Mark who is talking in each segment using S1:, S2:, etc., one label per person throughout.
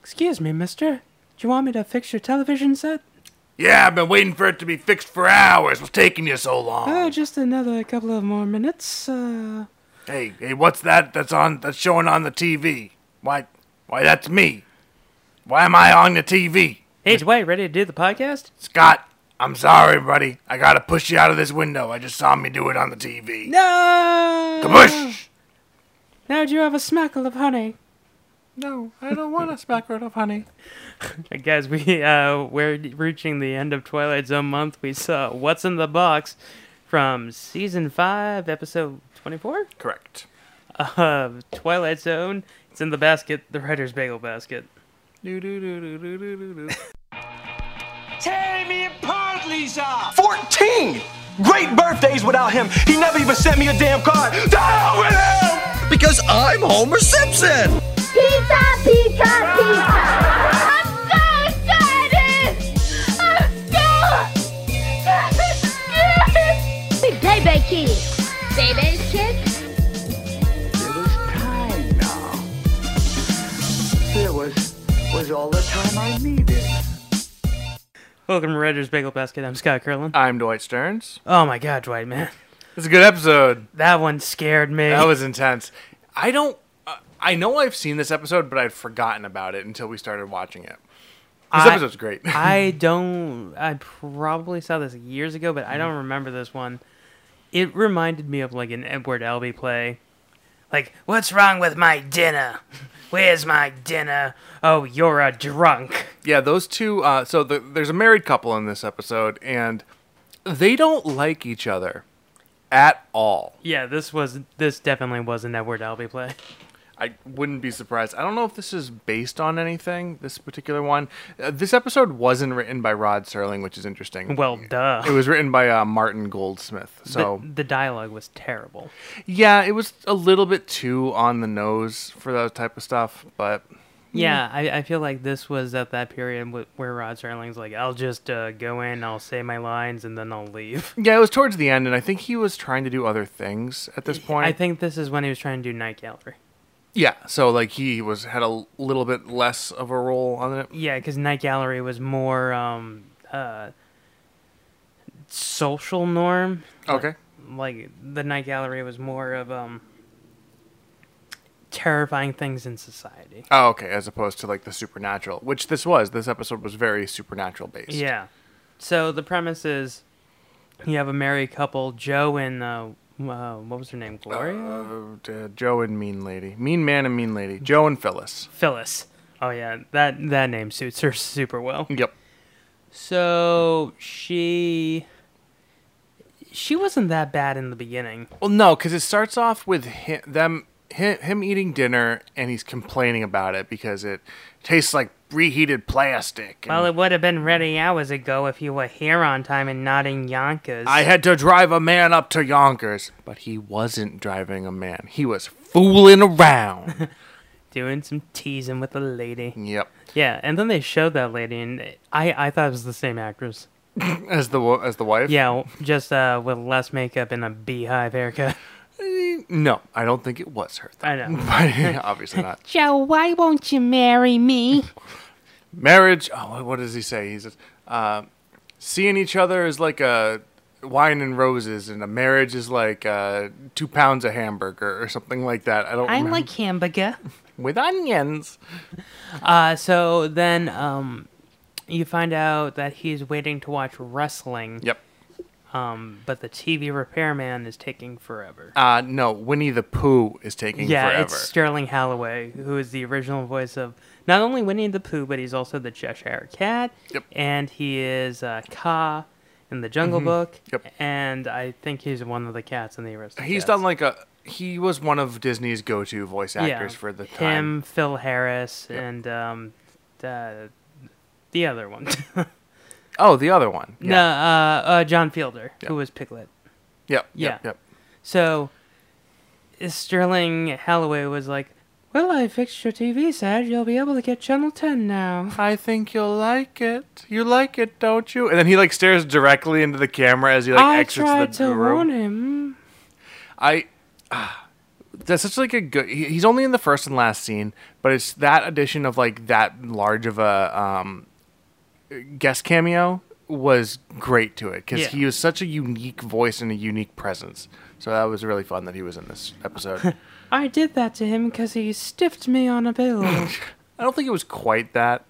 S1: Excuse me, mister. Do you want me to fix your television set?
S2: Yeah, I've been waiting for it to be fixed for hours. What's taking you so long?
S1: Oh, just another couple of more minutes. Uh,
S2: hey, hey, what's that that's on that's showing on the TV? Why why that's me. Why am I on the TV?
S1: hey, Dwight, ready to do the podcast?
S2: Scott, I'm sorry, buddy. I gotta push you out of this window. I just saw me do it on the TV.
S1: No!
S2: Kabush!
S1: Now do you have a smackle of honey?
S2: No, I don't want a smacker of honey.
S1: Guys, we uh, we're reaching the end of Twilight Zone month. We saw What's in the Box from season five, episode twenty-four
S2: Correct.
S1: of Twilight Zone. It's in the basket, the writer's bagel basket.
S2: Do, do, do, do, do, do, do, do.
S3: Tear me apart, Lisa! 14! Great birthdays without him. He never even sent me a damn card. To hell with him!
S4: Because I'm Homer Simpson!
S5: Pizza, pizza, pizza! I'm so excited! I'm so scared! Big baby kick! Baby kick?
S6: It was time now. It was was all the time I needed.
S1: Welcome to Writer's Bagel Basket. I'm Scott Curlin.
S2: I'm Dwight Stearns.
S1: Oh my God, Dwight, man,
S2: It's a good episode.
S1: that one scared me.
S2: That was intense. I don't. Uh, I know I've seen this episode, but I'd forgotten about it until we started watching it. This
S1: I-
S2: episode's great.
S1: I don't. I probably saw this years ago, but I don't remember this one. It reminded me of like an Edward Albee play. Like, what's wrong with my dinner? Where's my dinner? Oh, you're a drunk.
S2: yeah, those two. Uh, so the, there's a married couple in this episode, and they don't like each other at all.
S1: Yeah, this was this definitely was an Edward Albee play.
S2: I wouldn't be surprised. I don't know if this is based on anything. This particular one. Uh, this episode wasn't written by Rod Serling, which is interesting.
S1: Well,
S2: It
S1: duh.
S2: was written by uh, Martin Goldsmith. So
S1: The, the dialogue was terrible.
S2: yeah, it was a little bit too on the nose for that type of stuff. But
S1: Yeah, I, I feel like this was at that period wh- where Rod Serling's like, I'll just uh, go in, I'll say my lines, and then I'll leave.
S2: Yeah, it was towards the end, and I think he was trying to do other things at this point.
S1: I think this is when he was trying to do Night Gallery.
S2: yeah, so like he was had a little bit less of a role on it.
S1: Yeah, because Night Gallery was more um, uh, social norm.
S2: Okay.
S1: Like the Night Gallery was more of um, terrifying things in society.
S2: Oh, okay. As opposed to like the supernatural, which this was. This episode was very supernatural based.
S1: Yeah. So the premise is you have a married couple, Joe and uh, uh, what was her name, Gloria,
S2: Uh, d- Joe and Mean Lady, Mean Man and Mean Lady, Joe and Phyllis.
S1: Phyllis. Oh yeah, that that name suits her super well.
S2: Yep.
S1: So she she wasn't that bad in the beginning.
S2: Well, no, because it starts off with him, them him, him eating dinner, and he's complaining about it because it tastes like reheated plastic. and-
S1: Well, it would have been ready hours ago if you were here on time and not in Yonkers.
S2: I had to drive a man up to Yonkers, but he wasn't driving a man. He was fooling around.
S1: doing some teasing with a lady.
S2: yep.
S1: Yeah, and then they showed that lady, and I I thought it was the same actress.
S2: As the wo- as the wife.
S1: Yeah, w- just uh, with less makeup and a beehive haircut.
S2: No, I don't think it was her. Though.
S1: I know.
S2: But obviously not.
S1: Joe, why won't you marry me?
S2: Marriage. Oh, what does he say? He says, uh, "Seeing each other is like a wine and roses, and a marriage is like uh, two pounds of hamburger or something like that." I don't.
S1: I'm
S2: remember.
S1: like hamburger.
S2: with onions.
S1: Uh, so then um, you find out that he's waiting to watch wrestling.
S2: Yep.
S1: Um, but the TV repairman is taking forever.
S2: Uh, no, Winnie the Pooh is taking
S1: Yeah,
S2: forever.
S1: it's Sterling Holloway, who is the original voice of not only Winnie the Pooh, but he's also the Cheshire Cat.
S2: Yep.
S1: And he is uh, Ka in the Jungle Book.
S2: Mm-hmm. Yep.
S1: And I think he's one of the cats in the Aristocats.
S2: He's done like a. He was one of Disney's go-to voice
S1: Yeah.
S2: actors for the time.
S1: Him, Phil Harris, and um, the, the other one.
S2: Oh, the other one.
S1: No,
S2: Yeah.
S1: uh, uh, John Fielder,
S2: Yeah.
S1: who was Piglet.
S2: Yep.
S1: Yeah.
S2: Yep. Yep.
S1: So Sterling Holloway was like, "Well, I fixed your TV set. You'll be able to get Channel 10 now."
S2: I think you'll like it. You like it, don't you? And then he like stares directly into the camera as he like
S1: I
S2: exits
S1: tried
S2: the
S1: to
S2: room.
S1: warn him.
S2: I. ah, that's such like a good. he- He's only in the first and last scene, but it's that addition of like that large of a um, guest cameo was great to it because
S1: Yeah.
S2: he was such a unique voice and a unique presence. So that was really fun that he was in this episode.
S1: I did that to him because he stiffed me on a bill.
S2: I don't think it was quite that,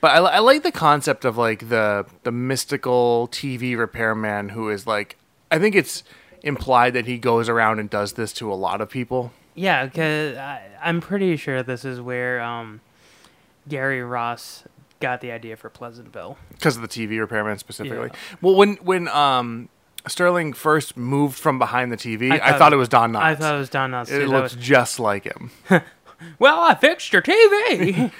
S2: but I, I like the concept of like the the mystical TV repairman who is like. I think it's implied that he goes around and does this to a lot of people.
S1: yeah, because I'm pretty sure this is where um, Gary Ross got the idea for Pleasantville.
S2: because of the TV repairman specifically. Well, when when um Sterling first moved from behind the TV, I thought, it was Don Knotts.
S1: I thought it was Don Knotts.
S2: it
S1: too. That
S2: looks
S1: was-
S2: just like him.
S1: well, I fixed your TV.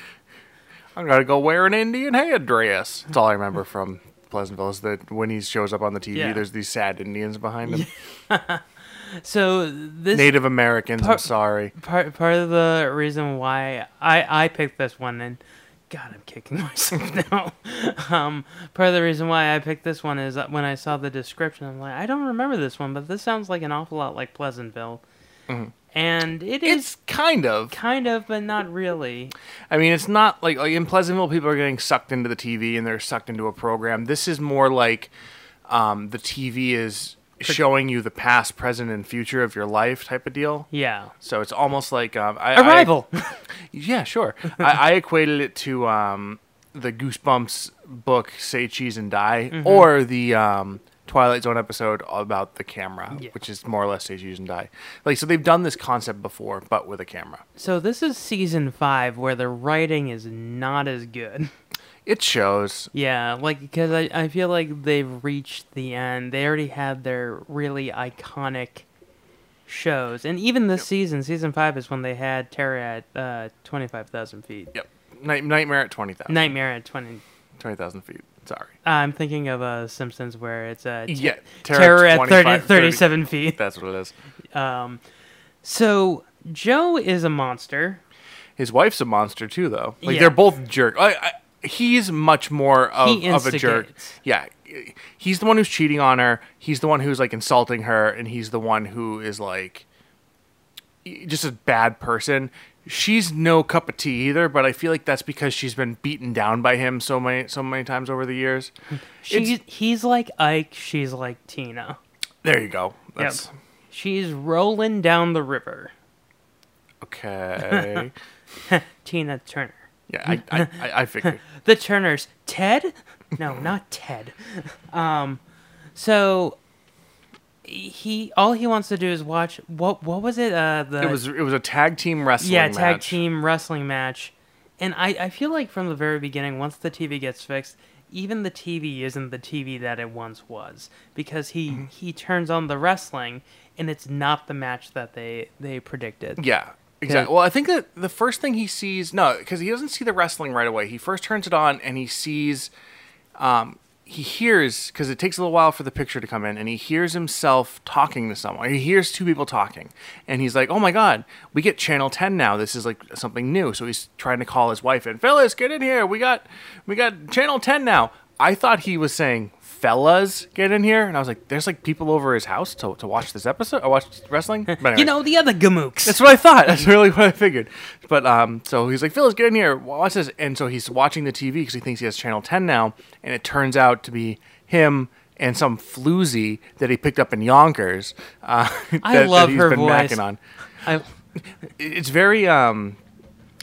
S2: I'm gonna go wear an Indian headdress. That's all I remember from Pleasantville is that when he shows up on the TV,
S1: Yeah.
S2: there's these sad Indians behind him,
S1: so this
S2: Native Americans. I'm
S1: Part-
S2: sorry.
S1: part part of the reason why I I picked this one and God I'm kicking myself now. Um, part of the reason why I picked this one is that when I saw the description, I'm like, I don't remember this one, but this sounds like an awful lot like Pleasantville, and it is
S2: It's kind of.
S1: kind of, but not really.
S2: I mean, it's not like, like in Pleasantville, people are getting sucked into the TV and they're sucked into a program. This is more like um, the TV is showing you the past, present, and future of your life type of deal.
S1: Yeah,
S2: So it's almost like um, I, I-
S1: Arrival.
S2: yeah, sure. I, I equated it to um, the Goosebumps book "Say Cheese and Die" or the um, Twilight Zone episode about the camera, which is more or less "Say Cheese and Die." Like, so they've done this concept before, but with a camera.
S1: so this is season five where the writing is not as good.
S2: It shows.
S1: Yeah, like because I, I feel like they've reached the end. They already had their really iconic shows, and even this season, season five is when they had Terror at uh, twenty five thousand feet,
S2: Yep. Night- Nightmare at twenty thousand.
S1: Nightmare at twenty.
S2: twenty thousand feet. Sorry.
S1: I'm thinking of uh, Simpsons where it's uh, t-
S2: Yeah.
S1: Terror at 30,
S2: 25,
S1: 37 feet.
S2: That's what it is.
S1: So Joe is a monster.
S2: His wife's a monster too, though. Like
S1: Yeah.
S2: they're both jerk. I, I, he's much more of,
S1: He
S2: of a jerk.
S1: instigates.
S2: Yeah, he's the one who's cheating on her. He's the one who's like insulting her, and he's the one who is like just a bad person. She's no cup of tea either, but I feel like that's because she's been beaten down by him so many so many times over the years.
S1: She's he's like Ike. She's like Tina.
S2: There you go. That's
S1: Yep. She's rolling down the river.
S2: okay.
S1: Tina Turner.
S2: Yeah, I I, I, I figured.
S1: the Turners. Ted? No, not Ted. Um, so he all he wants to do is watch what what was it? Uh, the
S2: It was it was a tag team wrestling.
S1: yeah tag
S2: match.
S1: team wrestling match, and I I feel like from the very beginning, once the TV gets fixed. Even the TV isn't the TV that it once was because he
S2: Mm-hmm.
S1: he turns on the wrestling and it's not the match that they they predicted.
S2: Yeah, exactly. Well, I think that the first thing he sees, no, because he doesn't see the wrestling right away. He first turns it on and he sees, um, he hears, because it takes a little while for the picture to come in, and he hears himself talking to someone. He hears two people talking, and he's like, oh my God, we get Channel 10 now. This is like something new. So he's trying to call his wife in, fellas, get in here. We got, we got Channel 10 now. I thought he was saying, fellas, get in here. And I was like, there's like people over his house to, to watch this episode, I watched wrestling. But
S1: You
S2: anyway.
S1: know the other gamooks.
S2: That's what I thought. That's really what I figured. But um, so he's like, Phyllis, get in here, watch this. And so he's watching the TV because he thinks he has Channel 10 now. And it turns out to be him and some floozy that he picked up in Yonkers. Uh,
S1: I
S2: that,
S1: love
S2: that he's
S1: her
S2: been
S1: voice.
S2: macking on.
S1: I,
S2: It- It's very um,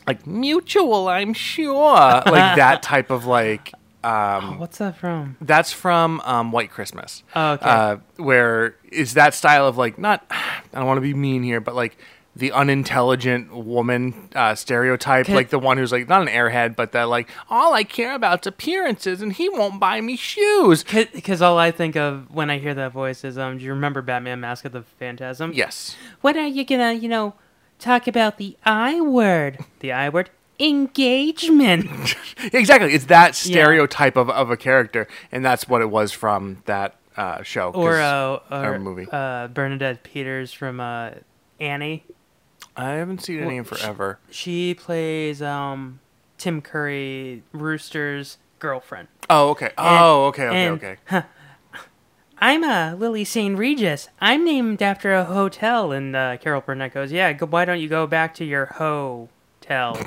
S2: like mutual, I'm sure, like that type of like.
S1: Oh, what's that from?
S2: That's from um, White Christmas.
S1: Oh, okay.
S2: Uh, where is that style of like not? I don't want to be mean here, but like the unintelligent woman uh, stereotype, like the one who's like not an airhead, but that like all I care about's appearances, and he won't buy me shoes.
S1: Because all I think of when I hear that voice is, um, do you remember Batman Mask of the Phantasm?
S2: Yes.
S1: When are you gonna, you know, talk about the I word? The I word? Engagement.
S2: Exactly. It's that stereotype of, of a character, and that's what it was from that uh, show. 'cause-
S1: or, uh, or,
S2: or movie.
S1: Uh, Bernadette Peters from uh, Annie.
S2: I haven't seen any in forever.
S1: She plays um, Tim Curry, Rooster's girlfriend.
S2: Oh, okay. Oh, okay, okay,
S1: and-
S2: okay.
S1: I'm uh, Lily St. Regis. I'm named after a hotel. And uh, Carol Burnett goes, Yeah, go, why don't you go back to your hotel?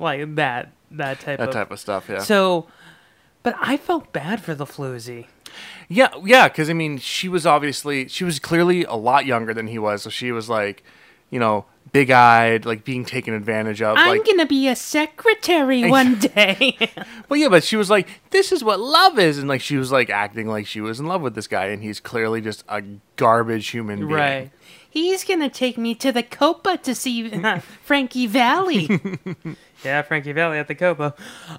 S1: like that, that type
S2: That
S1: of.
S2: type of stuff, yeah.
S1: So, but I felt bad for the floozy.
S2: Yeah, yeah, because I mean, she was obviously she was clearly a lot younger than he was, so she was like, you know, big eyed, like being taken advantage of.
S1: I'm
S2: like,
S1: gonna be a secretary one day.
S2: well, yeah, but she was like, this is what love is, and like she was like acting like she was in love with this guy, and he's clearly just a garbage human being.
S1: right. He's gonna take me to the Copa to see uh, Frankie Valley. yeah, Frankie Valley at the Copa.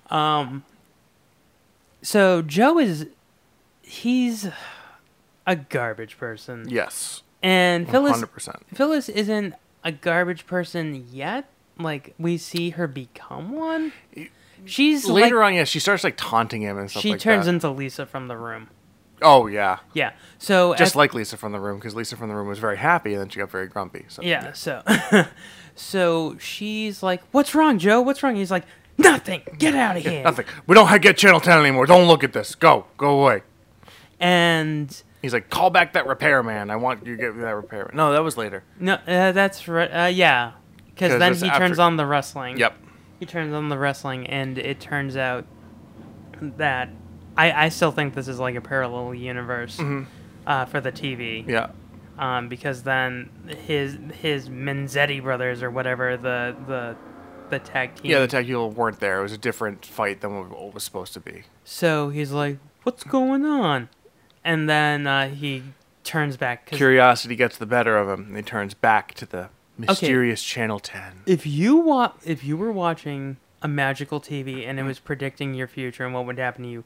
S1: Um. So Joe is, he's a garbage person,
S2: Yes.
S1: and Phyllis.
S2: Hundred percent.
S1: Phyllis isn't a garbage person yet. Like we see her become one. She's
S2: Later
S1: like,
S2: on, yeah, she starts like taunting him and stuff.
S1: She
S2: like
S1: turns
S2: that.
S1: into Lisa from the room.
S2: Oh yeah,
S1: Yeah. So
S2: just
S1: at-
S2: like Lisa from the room, because Lisa from the room was very happy, and then she got very grumpy. So
S1: Yeah, so so she's like, "What's wrong, Joe? What's wrong?" He's like, "Nothing. Get out of here."
S2: Nothing. We don't ha- get Channel Ten anymore. Don't look at this. Go. Go away.
S1: And
S2: He's like, call back that repairman. I want you to get me that repairman. No, that was later.
S1: no, uh, that's right. Uh, yeah,
S2: 'Cause
S1: because then
S2: it's
S1: he
S2: after-
S1: turns on the wrestling.
S2: Yep.
S1: He turns on the wrestling, and it turns out that I I still think this is like a parallel universe
S2: Mm-hmm.
S1: uh, for the TV.
S2: Yeah.
S1: um, because then his his Menzetti brothers or whatever the the the tag team.
S2: Yeah, the tag people weren't there. It was a different fight than what it was supposed to be.
S1: so he's like, "What's going on?" And then uh, he turns back. 'cause
S2: Curiosity gets the better of him, and he turns back to the mysterious Channel 10.
S1: if you wa- if you were watching a magical TV
S2: Mm-hmm.
S1: and it was predicting your future and what would happen to you,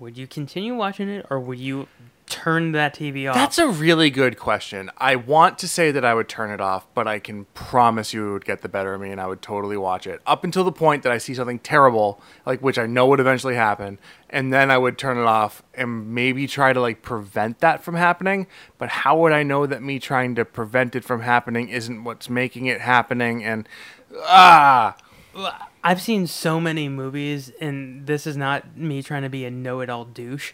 S1: would you continue watching it or would you turn that TV off?
S2: That's a really good question. I want to say that I would turn it off, but I can promise you it would get the better of me and I would totally watch it. Up until the point that I see something terrible, like which I know would eventually happen, and then I would turn it off and maybe try to like prevent that from happening. But how would I know that me trying to prevent it from happening isn't what's making it happening and ah
S1: I've seen so many movies, and this is not me trying to be a know-it-all douche,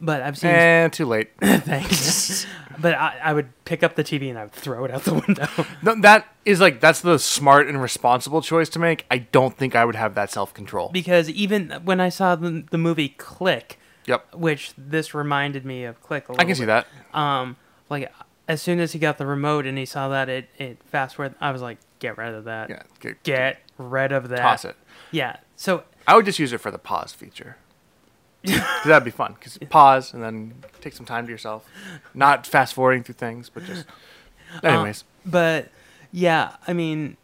S1: but I've seen
S2: Mm-hmm. eh, too late.
S1: Thanks. but I, I would pick up the TV and I would throw it out the window.
S2: No, that is like that's the smart and responsible choice to make. I don't think I would have that self control.
S1: because even when I saw the, the movie Click,
S2: Yep.
S1: which this reminded me of Click a little
S2: I can see
S1: bit,
S2: that.
S1: Like, as soon as he got the remote and he saw that, it, it fast forward, I was like, get rid of that.
S2: Yeah, get-
S1: get rid of that.
S2: Toss it.
S1: Yeah. So,
S2: I would just use it for the pause feature. 'Cause that'd be fun. Because pause and then take some time to yourself. Not fast forwarding through things, but just.
S1: Uh,
S2: Anyways,
S1: but yeah, I mean,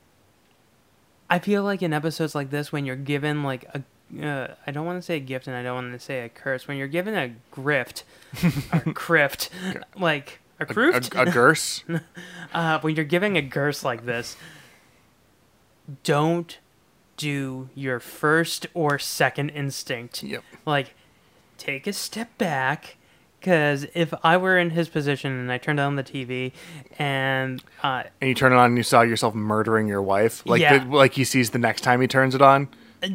S1: I feel like in episodes like this, when you're given like a uh, I don't want to say a gift and I don't want to say a curse. When you're given a grift, or crift, like a
S2: a,
S1: croofed,
S2: a curse.
S1: uh, when you're giving a curse like this, don't do your first or second instinct.
S2: Yep.
S1: Like, take a step back. Because if I were in his position and I turned on the TV and uh,
S2: And you turn it on and you saw yourself murdering your wife. Like
S1: Yeah.
S2: the, like he sees the next time he turns it on.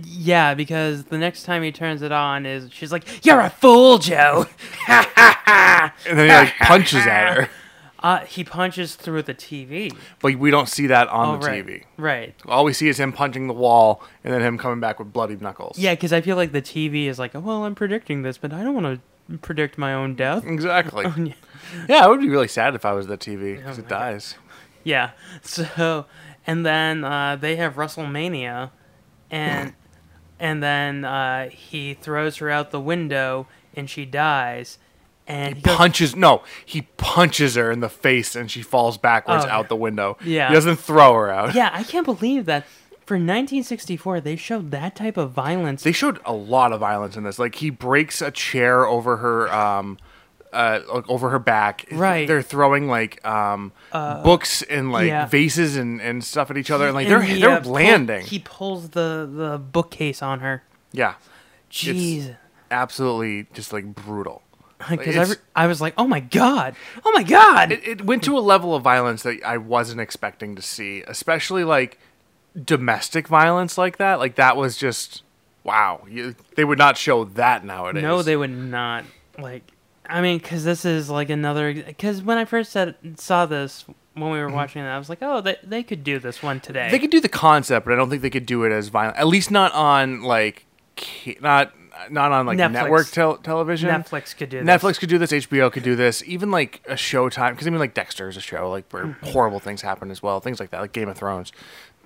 S1: Yeah, because the next time he turns it on is she's like, "You're a fool, Joe."
S2: And then he like punches at her.
S1: Uh, he punches through the TV.
S2: But we don't see that on the
S1: right.
S2: TV.
S1: Right.
S2: All we see is him punching the wall and then him coming back with bloody knuckles.
S1: Yeah, because I feel like the TV is like, "Well, I'm predicting this, but I don't want to predict my own death."
S2: Exactly.
S1: Oh,
S2: yeah, I would be really sad if I was the TV because it dies.
S1: Yeah. So, and then uh, they have WrestleMania, and and then uh, he throws her out the window, and she dies. And he goes,
S2: punches no he punches her in the face and she falls backwards
S1: Oh.
S2: out the window
S1: Yeah.
S2: he doesn't throw her out
S1: Yeah, I can't believe that. For 1964, they showed that type of violence.
S2: they showed a lot of violence in this like he breaks a chair over her um uh, like over her back
S1: Right. Uh,
S2: they're throwing like um books and like
S1: yeah.
S2: vases and, and stuff at each other and like they're
S1: And he,
S2: they're
S1: uh, pull-
S2: landing
S1: he pulls the the bookcase on her.
S2: yeah
S1: Jeez,
S2: absolutely just like brutal
S1: because I,
S2: it's-
S1: re- I was like, oh my god, oh my god.
S2: it, it went to a level of violence that I wasn't expecting to see, especially like domestic violence like that. Like that was just wow. You, they would not show that nowadays.
S1: no, they would not. Like, I mean, because this is like another. Because when I first said, saw this when we were watching it, I was like, oh, they, they could do this one today.
S2: Mm-hmm. They could do the concept, but I don't think they could do it as violent. At least not on like ca- not not on like
S1: Netflix.
S2: network tel- television.
S1: Netflix could do this.
S2: Netflix could do this. HBO could do this. Even like a Showtime, because I mean, like Dexter is a show like where horrible things happen as well. Things like that, like Game of Thrones.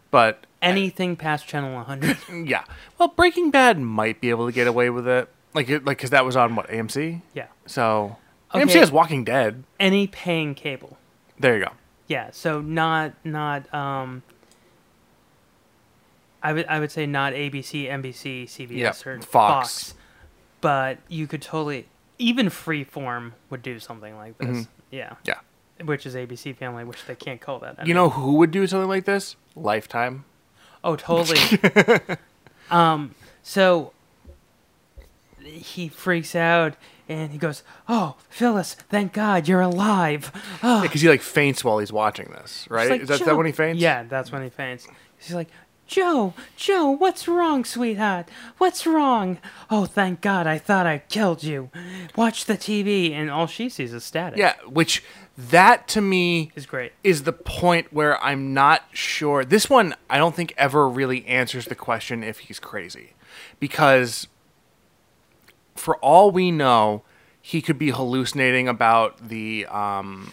S2: But
S1: Anything past Channel 100.
S2: yeah, well, Breaking Bad might be able to get away with it, like it, like because that was on what AMC.
S1: yeah.
S2: So AMC
S1: Okay.
S2: has Walking Dead.
S1: Any paying cable.
S2: There you go.
S1: Yeah, so not not um I would I would say not ABC, NBC, CBS
S2: Yeah,
S1: or
S2: Fox.
S1: Fox. But you could totally even Freeform would do something like this.
S2: Mm-hmm.
S1: Yeah.
S2: Yeah.
S1: Which is ABC Family, which they can't call that.
S2: You
S1: anymore.
S2: know who would do something like this? Lifetime.
S1: Oh, totally. um, so he freaks out and he goes, "Oh, Phyllis, thank God you're alive." Oh,
S2: Because he like faints while he's watching this, right?
S1: It's like,
S2: Is that, is
S1: "Joe-"
S2: that when he faints?
S1: Yeah, that's when he faints. She's like, Joe, Joe, what's wrong, sweetheart? What's wrong? Oh, thank God, I thought I killed you. Watch the TV, and all she sees is static.
S2: Yeah, which that to me
S1: Is great.
S2: is the point where I'm not sure. This one I don't think ever really answers the question if he's crazy. Because for all we know, he could be hallucinating about the um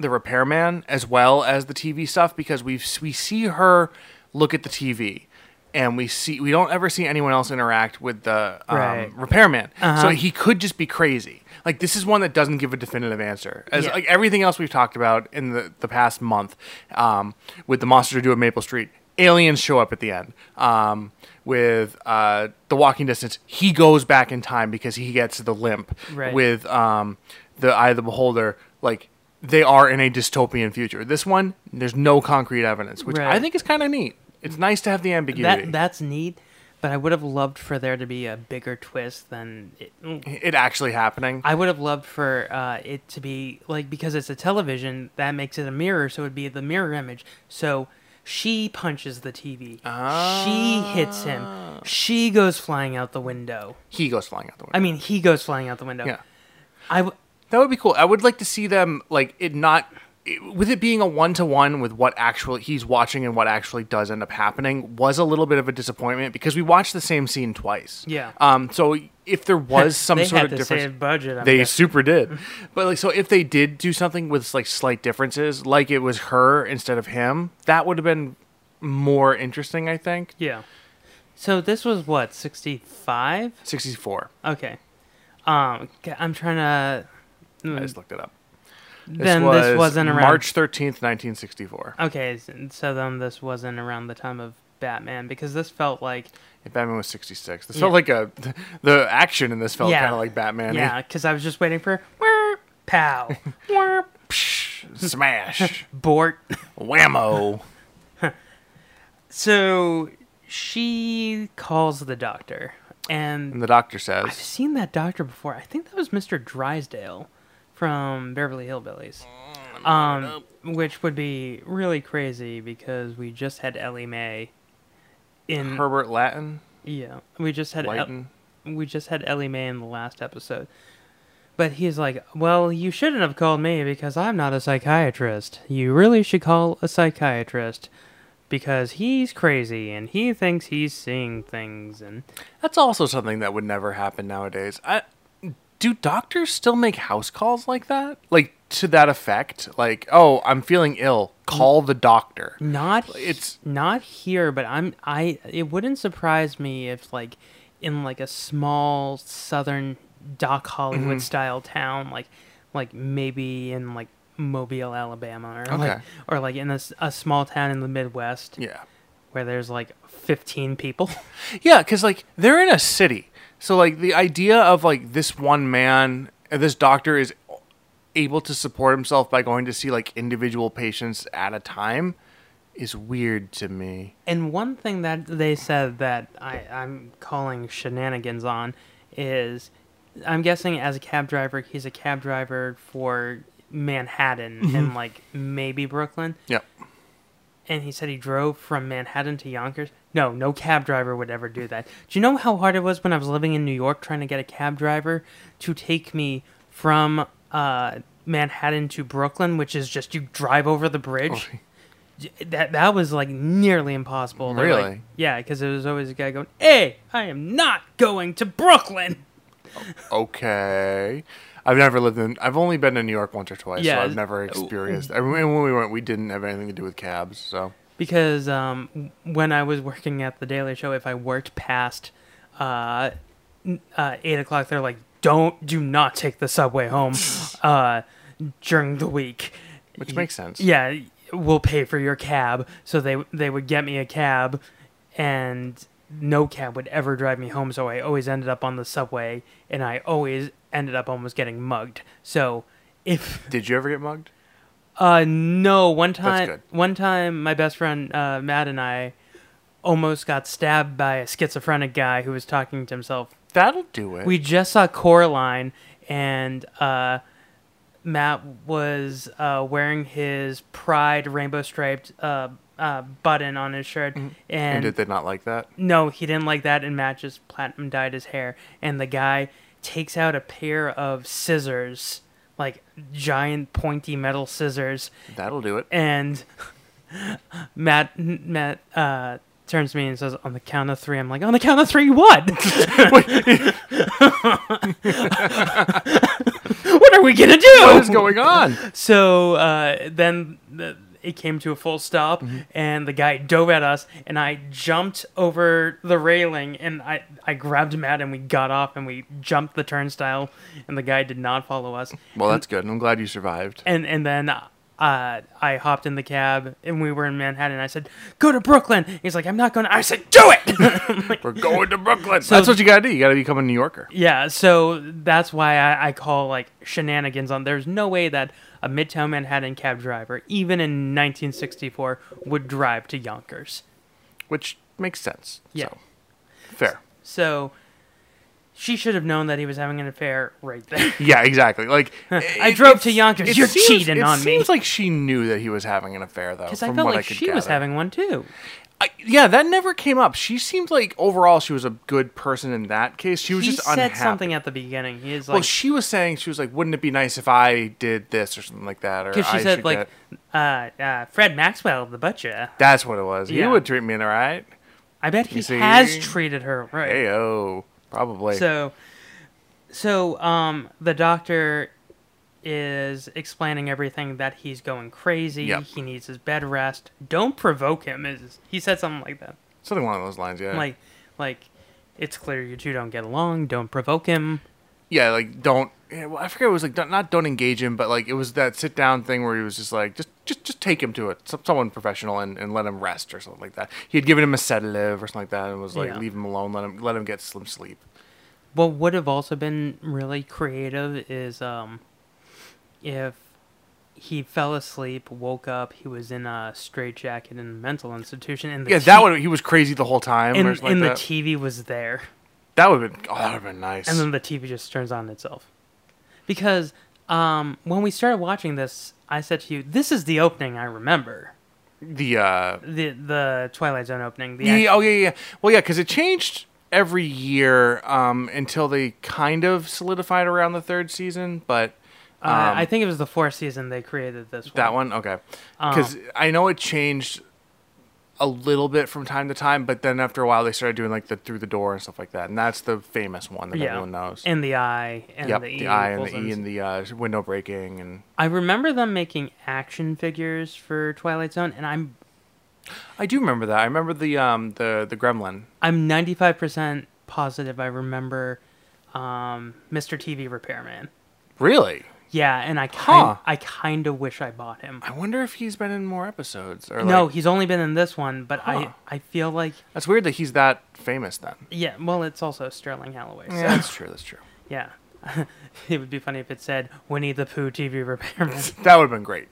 S2: the repairman as well as the TV stuff because we we see her look at the TV and we see we don't ever see anyone else interact with the um,
S1: Right.
S2: repairman.
S1: Uh-huh.
S2: So he could just be crazy. Like this is one that doesn't give a definitive answer. As
S1: Yeah.
S2: like everything else we've talked about in the, the past month, um, with the monster to do at Maple Street, aliens show up at the end. Um, with uh, the walking distance, he goes back in time because he gets the limp.
S1: Right.
S2: With um, the eye of the beholder, like they are in a dystopian future. This one, there's no concrete evidence, which I
S1: Right.
S2: think is kind of neat. It's nice to have the ambiguity.
S1: That that's neat, but I would have loved for there to be a bigger twist than it,
S2: it actually happening.
S1: I would have loved for uh, it to be like because it's a television that makes it a mirror, so it'd be the mirror image. So she punches the TV, she hits him, she goes flying out the window.
S2: he goes flying out the window.
S1: I mean, he goes flying out the window.
S2: yeah.
S1: I w-
S2: That would be cool. I would like to see them like it not it, with it being a one to one with what actually he's watching and what actually does end up happening was a little bit of a disappointment because we watched the same scene twice.
S1: Yeah.
S2: Um. So if there was some
S1: they
S2: sort
S1: had
S2: of
S1: to
S2: difference,
S1: save budget. I'm
S2: they
S1: guessing.
S2: super did. But like, so if they did do something with like slight differences, like it was her instead of him, that would have been more interesting. I think
S1: yeah. So this was what sixty five.
S2: sixty four.
S1: Okay. Um, g- I'm trying to.
S2: I just looked it up.
S1: Hmm. Then this wasn't around.
S2: March thirteenth, nineteen sixty four.
S1: Okay, s- so then this wasn't around the time of Batman because this felt like
S2: Batman was 66. This
S1: Yeah.
S2: felt like a the action in this felt
S1: Yeah.
S2: kind of like Batman.
S1: Yeah, because I was just waiting for "Wah, pow, Wah,
S2: Smash,
S1: Bort.
S2: whammo.
S1: So she calls the doctor, and
S2: And the doctor
S1: I've
S2: says,
S1: seen that doctor before. I think that was Mr. Drysdale from Beverly Hillbillies, um, which would be really crazy because we just had Ellie Mae in
S2: Herbert Latin,
S1: yeah, we just had El-
S2: Lighton.
S1: we just had Ellie Mae in the last episode. But he's like, Well, you shouldn't have called me because I'm not a psychiatrist. You really should call a psychiatrist because he's crazy and he thinks he's seeing things. And
S2: That's also something that would never happen nowadays. I, do doctors still make house calls like that? Like to that effect? Like, oh, I'm feeling ill. Call the doctor.
S1: not he-
S2: It's-
S1: not here, but I'm I it wouldn't surprise me if like in like a small southern Doc Hollywood
S2: Mm-hmm.
S1: style town, like like maybe in like Mobile, Alabama, or like
S2: Okay.
S1: or like in a, s- a small town in the Midwest.
S2: Yeah.
S1: where there's like 15 people.
S2: Yeah, because like they're in a city, so like the idea of like this one man, uh, this doctor is able to support himself by going to see like individual patients at a time is weird to me.
S1: and one thing that they said that I, I'm calling shenanigans on is I'm guessing as a cab driver, he's a cab driver for Manhattan and like maybe Brooklyn.
S2: Yeah,
S1: And he said he drove from Manhattan to Yonkers. No, no cab driver would ever do that. Do you know how hard it was when I was living in New York trying to get a cab driver to take me from uh, Manhattan to Brooklyn, which is just you drive over the
S2: Oh,
S1: bridge. That that was like nearly impossible. They're like-
S2: Really?
S1: yeah, because there was always a guy going, "Hey, I am not going to Brooklyn."
S2: okay. I've never lived in. I've only been to New York once or twice,
S1: Yeah, uh, mm.
S2: so I've
S1: it's-
S2: never experienced. I mean, when we went, we didn't have anything to do with cabs, so
S1: because um, when I was working at the Daily Show, if I worked past uh, n- uh, eight o'clock, they're like, "Don't, do not take the subway home uh, during the week."
S2: which makes sense.
S1: Yeah, we'll pay for your cab. So they they would get me a cab, and no cab would ever drive me home. So I always ended up on the subway, and I always ended up almost getting mugged. So if
S2: Did you ever get mugged?
S1: uh, no. One time,
S2: good.
S1: one time, my best friend uh, Matt and I almost got stabbed by a schizophrenic guy who was talking to himself.
S2: That'll do it.
S1: We just saw Coraline, and uh, Matt was uh, wearing his Pride rainbow striped uh, uh, button on his shirt,
S2: and
S1: and
S2: did they not like that?
S1: no, he didn't like that, and Matt just platinum dyed his hair. And the guy takes out a pair of scissors, like giant pointy metal scissors,
S2: That'll do it.
S1: and Matt Matt uh, turns to me and says, "On the count of three, I'm like, "On the count of three, what? what are we gonna do?"
S2: What is going on?
S1: So uh, then the, it came to a full stop,
S2: Mm-hmm.
S1: and the guy dove at us, and I jumped over the railing, and I, I grabbed Matt, and we got off, and we jumped the turnstile, and the guy did not follow us.
S2: Well, that's good. I'm glad you survived.
S1: And and then uh, I hopped in the cab, and we were in Manhattan. I said, "Go to Brooklyn." He's like, "I'm not going." to I said, "Do it."
S2: We're going to Brooklyn. that's what you gotta do. You gotta become a New Yorker.
S1: yeah. So that's why I, I call like shenanigans on. There's no way that a Midtown Manhattan cab driver, even in 1964, would drive to Yonkers.
S2: which makes sense.
S1: Yeah.
S2: So, fair.
S1: So she should have known that he was having an affair right there.
S2: Yeah, exactly. Like
S1: I drove to Yonkers. You're cheating on
S2: it
S1: me.
S2: seems like she knew that he was having an affair, though.
S1: Because I
S2: from
S1: felt
S2: what
S1: like
S2: I could
S1: she was
S2: gather.
S1: having one too.
S2: I, yeah, that never came up. She seemed like overall she was a good person in that case. She was
S1: he
S2: just
S1: said
S2: unhappy.
S1: something at the beginning. He is like,
S2: well, she was saying she was like, "Wouldn't it be nice if I did this or something like that?" Or
S1: Because she
S2: I
S1: said,
S2: should
S1: like,
S2: get-
S1: uh, uh, Fred Maxwell, the butcher,
S2: "That's what it was."
S1: Yeah.
S2: He would treat me all right.
S1: I bet he
S2: see?
S1: has treated her right.
S2: Hey, oh, probably.
S1: So, so um, the doctor is explaining everything that he's going crazy.
S2: Yep.
S1: He needs his bed rest. Don't provoke him. Is he said something like that?
S2: something along those lines. Yeah.
S1: Like, like it's clear you two don't get along. Don't provoke him.
S2: yeah, like don't. Yeah, well, I forget it was like don't, not don't engage him, but like it was that sit down thing where he was just like just just just take him to it, some, someone professional, and, and let him rest or something like that. He had given him a sedative or something like that, and was like
S1: Yeah.
S2: leave him alone, let him let him get some sleep.
S1: What would have also been really creative is um, if he fell asleep, woke up, he was in a straitjacket in a mental institution, and the
S2: Yeah,
S1: T-
S2: that would he was crazy the whole time
S1: and,
S2: or something
S1: and
S2: like
S1: the
S2: that.
S1: TV was there,
S2: that would have been oh, that would have been nice.
S1: and then the TV just turns on itself. Because um, when we started watching this, I said to you, "This is the opening I remember."
S2: the uh,
S1: The the Twilight Zone opening. The
S2: yeah,
S1: act-
S2: oh yeah yeah well yeah because it changed every year um until they kind of solidified around the third season, but
S1: uh, I think it was the fourth season they created this one.
S2: um, That one, okay. Because I know it changed a little bit from time to time, but then after a while they started doing like the through the door and stuff like that, and that's the famous one that everyone knows.
S1: And the I and
S2: yep,
S1: the E.
S2: eye and the
S1: equals
S2: E and the uh, window breaking and
S1: I remember them making action figures for Twilight Zone, and I'm
S2: I do remember that. I remember the um the the gremlin.
S1: I'm 95% positive I remember um, Mr. TV Repairman.
S2: Really,
S1: Yeah, and I kind
S2: Huh.
S1: I kind of wish I bought him.
S2: I wonder if he's been in more episodes or
S1: No,
S2: like-
S1: he's only been in this one, but
S2: Huh.
S1: I I feel like
S2: that's weird that he's that famous then.
S1: yeah. Well, it's also Sterling Halloway. So,
S2: Yeah, that's true. That's true.
S1: yeah. it would be funny if it said Winnie the Pooh TV Repairman,
S2: That would have been great.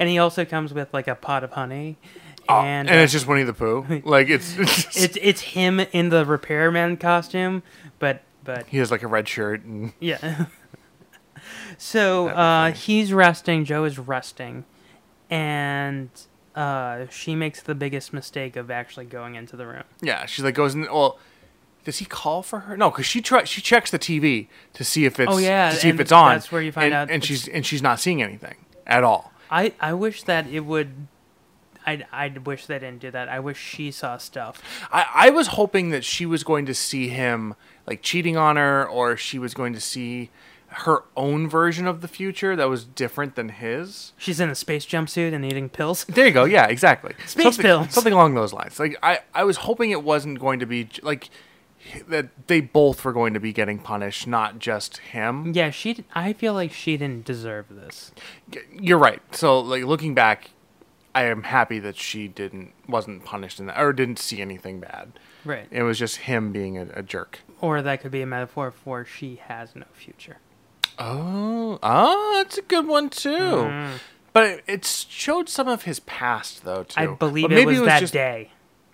S1: and he also comes with like a pot of honey,
S2: Oh, And,
S1: and uh,
S2: it's just Winnie the Pooh. Like it's, it's
S1: it's it's him in the repairman costume, but but
S2: he has like a red shirt and
S1: Yeah. so uh, he's resting. Joe is resting, and uh, she makes the biggest mistake of actually going into the room.
S2: Yeah, she's like goes in. Well, Does he call for her? No, because she try, she checks the TV to see if it's
S1: Oh, yeah,
S2: to see if
S1: and
S2: it's on.
S1: that's where you find
S2: and-
S1: out it's-
S2: and she's and she's not seeing anything at all.
S1: I, I wish that it would. I I wish they didn't do that. I wish she saw stuff.
S2: I, I was hoping that she was going to see him like cheating on her, or she was going to see her own version of the future that was different than his.
S1: She's in a space jumpsuit and eating pills.
S2: There you go. Yeah, exactly.
S1: Space
S2: something,
S1: films.
S2: something along those lines. Like I, I was hoping it wasn't going to be j- like h- that they both were going to be getting punished, not just him.
S1: Yeah, she. d- I feel like she didn't deserve this.
S2: You're right. So like looking back, I am happy that she didn't wasn't punished in that or didn't see anything bad.
S1: Right.
S2: It was just him being a, a jerk.
S1: Or that could be a metaphor for she has no future.
S2: Oh, oh, that's a good one too.
S1: Mm-hmm.
S2: But it, it showed some of his past though too.
S1: I believe
S2: But
S1: it was that
S2: just-
S1: day.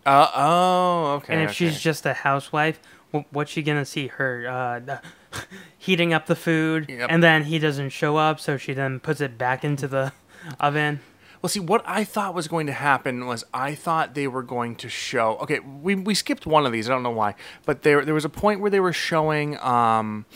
S2: Uh, oh, okay.
S1: And if
S2: okay.
S1: she's just a housewife, wh- what's she gonna see her uh, the- heating up the food,
S2: Yep.
S1: and then he doesn't show up, so she then puts it back into the oven.
S2: Well, see, what I thought was going to happen was I thought they were going to show. Okay, we, we skipped one of these. I don't know why, but there there was a point where they were showing um,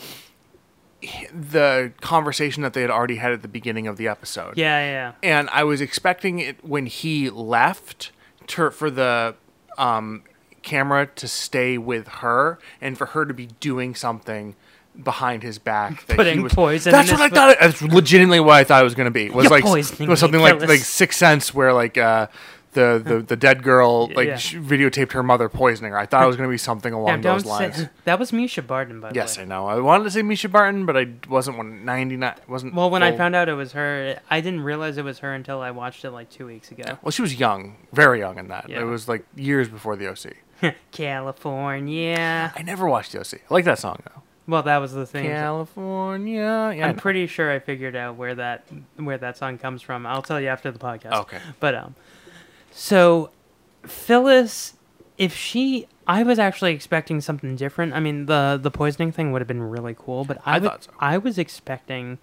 S2: the conversation that they had already had at the beginning of the episode.
S1: Yeah, yeah, yeah.
S2: and I was expecting it when he left to, for the um, camera to stay with her and for her to be doing something behind his back that he
S1: Putting
S2: was
S1: poison
S2: That's
S1: in
S2: what I
S1: his
S2: thought. It, that's legitimately what I thought it was going to be. Was
S1: You're
S2: like
S1: poisoning me,
S2: was something like
S1: Phyllis.
S2: like Sixth Sense, where like uh, the, the the dead girl like
S1: yeah.
S2: she videotaped her mother poisoning her. I thought it was going to be something
S1: Now,
S2: along
S1: don't
S2: those lines.
S1: say that was Misha Barton, by the
S2: Yes,
S1: way.
S2: I know. I wanted to say Misha Barton, but I wasn't one ninety nine. Wasn't
S1: Well, when I
S2: full-
S1: found out it was her, I didn't realize it was her until I watched it like two weeks ago.
S2: Well, she was young, very young in that.
S1: Yeah.
S2: It was like years before the OC.
S1: California.
S2: I never watched the OC. I like that song though.
S1: Well, that was the thing.
S2: California. Yeah. I
S1: I'm
S2: know.
S1: pretty sure I figured out where that where that song comes from. I'll tell you after the podcast.
S2: Okay.
S1: But um, so Phyllis, if she, I was actually expecting something different. I mean, the the poisoning thing would have been really cool, but I,
S2: I
S1: was,
S2: thought so.
S1: I was expecting.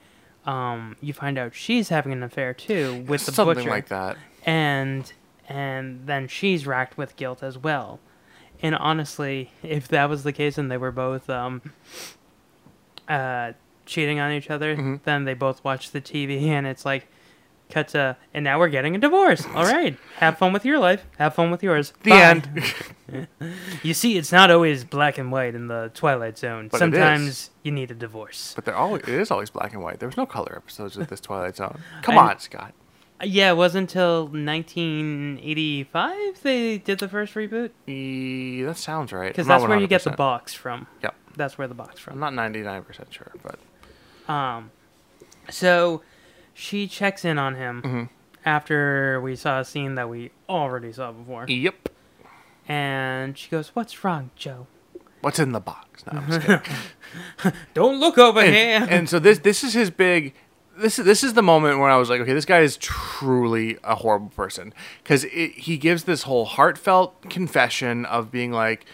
S1: Um, you find out she's having an affair too with the
S2: Something
S1: butcher
S2: like that.
S1: and and then she's racked with guilt as well. And honestly, if that was the case and they were both um, uh, cheating on each other,
S2: Mm-hmm.
S1: then they both watch the TV and it's like, cut to, and now we're getting a divorce. All right, have fun with your life. Have fun with yours.
S2: The
S1: Bye.
S2: end.
S1: You see, it's not always black and white in the Twilight Zone.
S2: But it is.
S1: Sometimes you need a divorce.
S2: but they're always, it is always black and white. There was no color episodes of this Twilight Zone. Come
S1: I-
S2: on, Scott.
S1: Uh, Yeah, it wasn't until 1985 they did the first reboot
S2: E- that sounds right.
S1: because
S2: I'm not
S1: that's where you get the
S2: 100%.
S1: box from.
S2: Yep.
S1: That's where the box
S2: I'm
S1: from. Um,
S2: not 99% sure, but
S1: So she checks in on him after we saw a scene that we already saw before.
S2: yep.
S1: And she goes, What's wrong, Joe?
S2: What's in the box? No, I'm just kidding.
S1: Don't look over here.
S2: and, and so this this is his big this is this is the moment where I was like, okay, this guy is truly a horrible person because he gives this whole heartfelt confession of being like.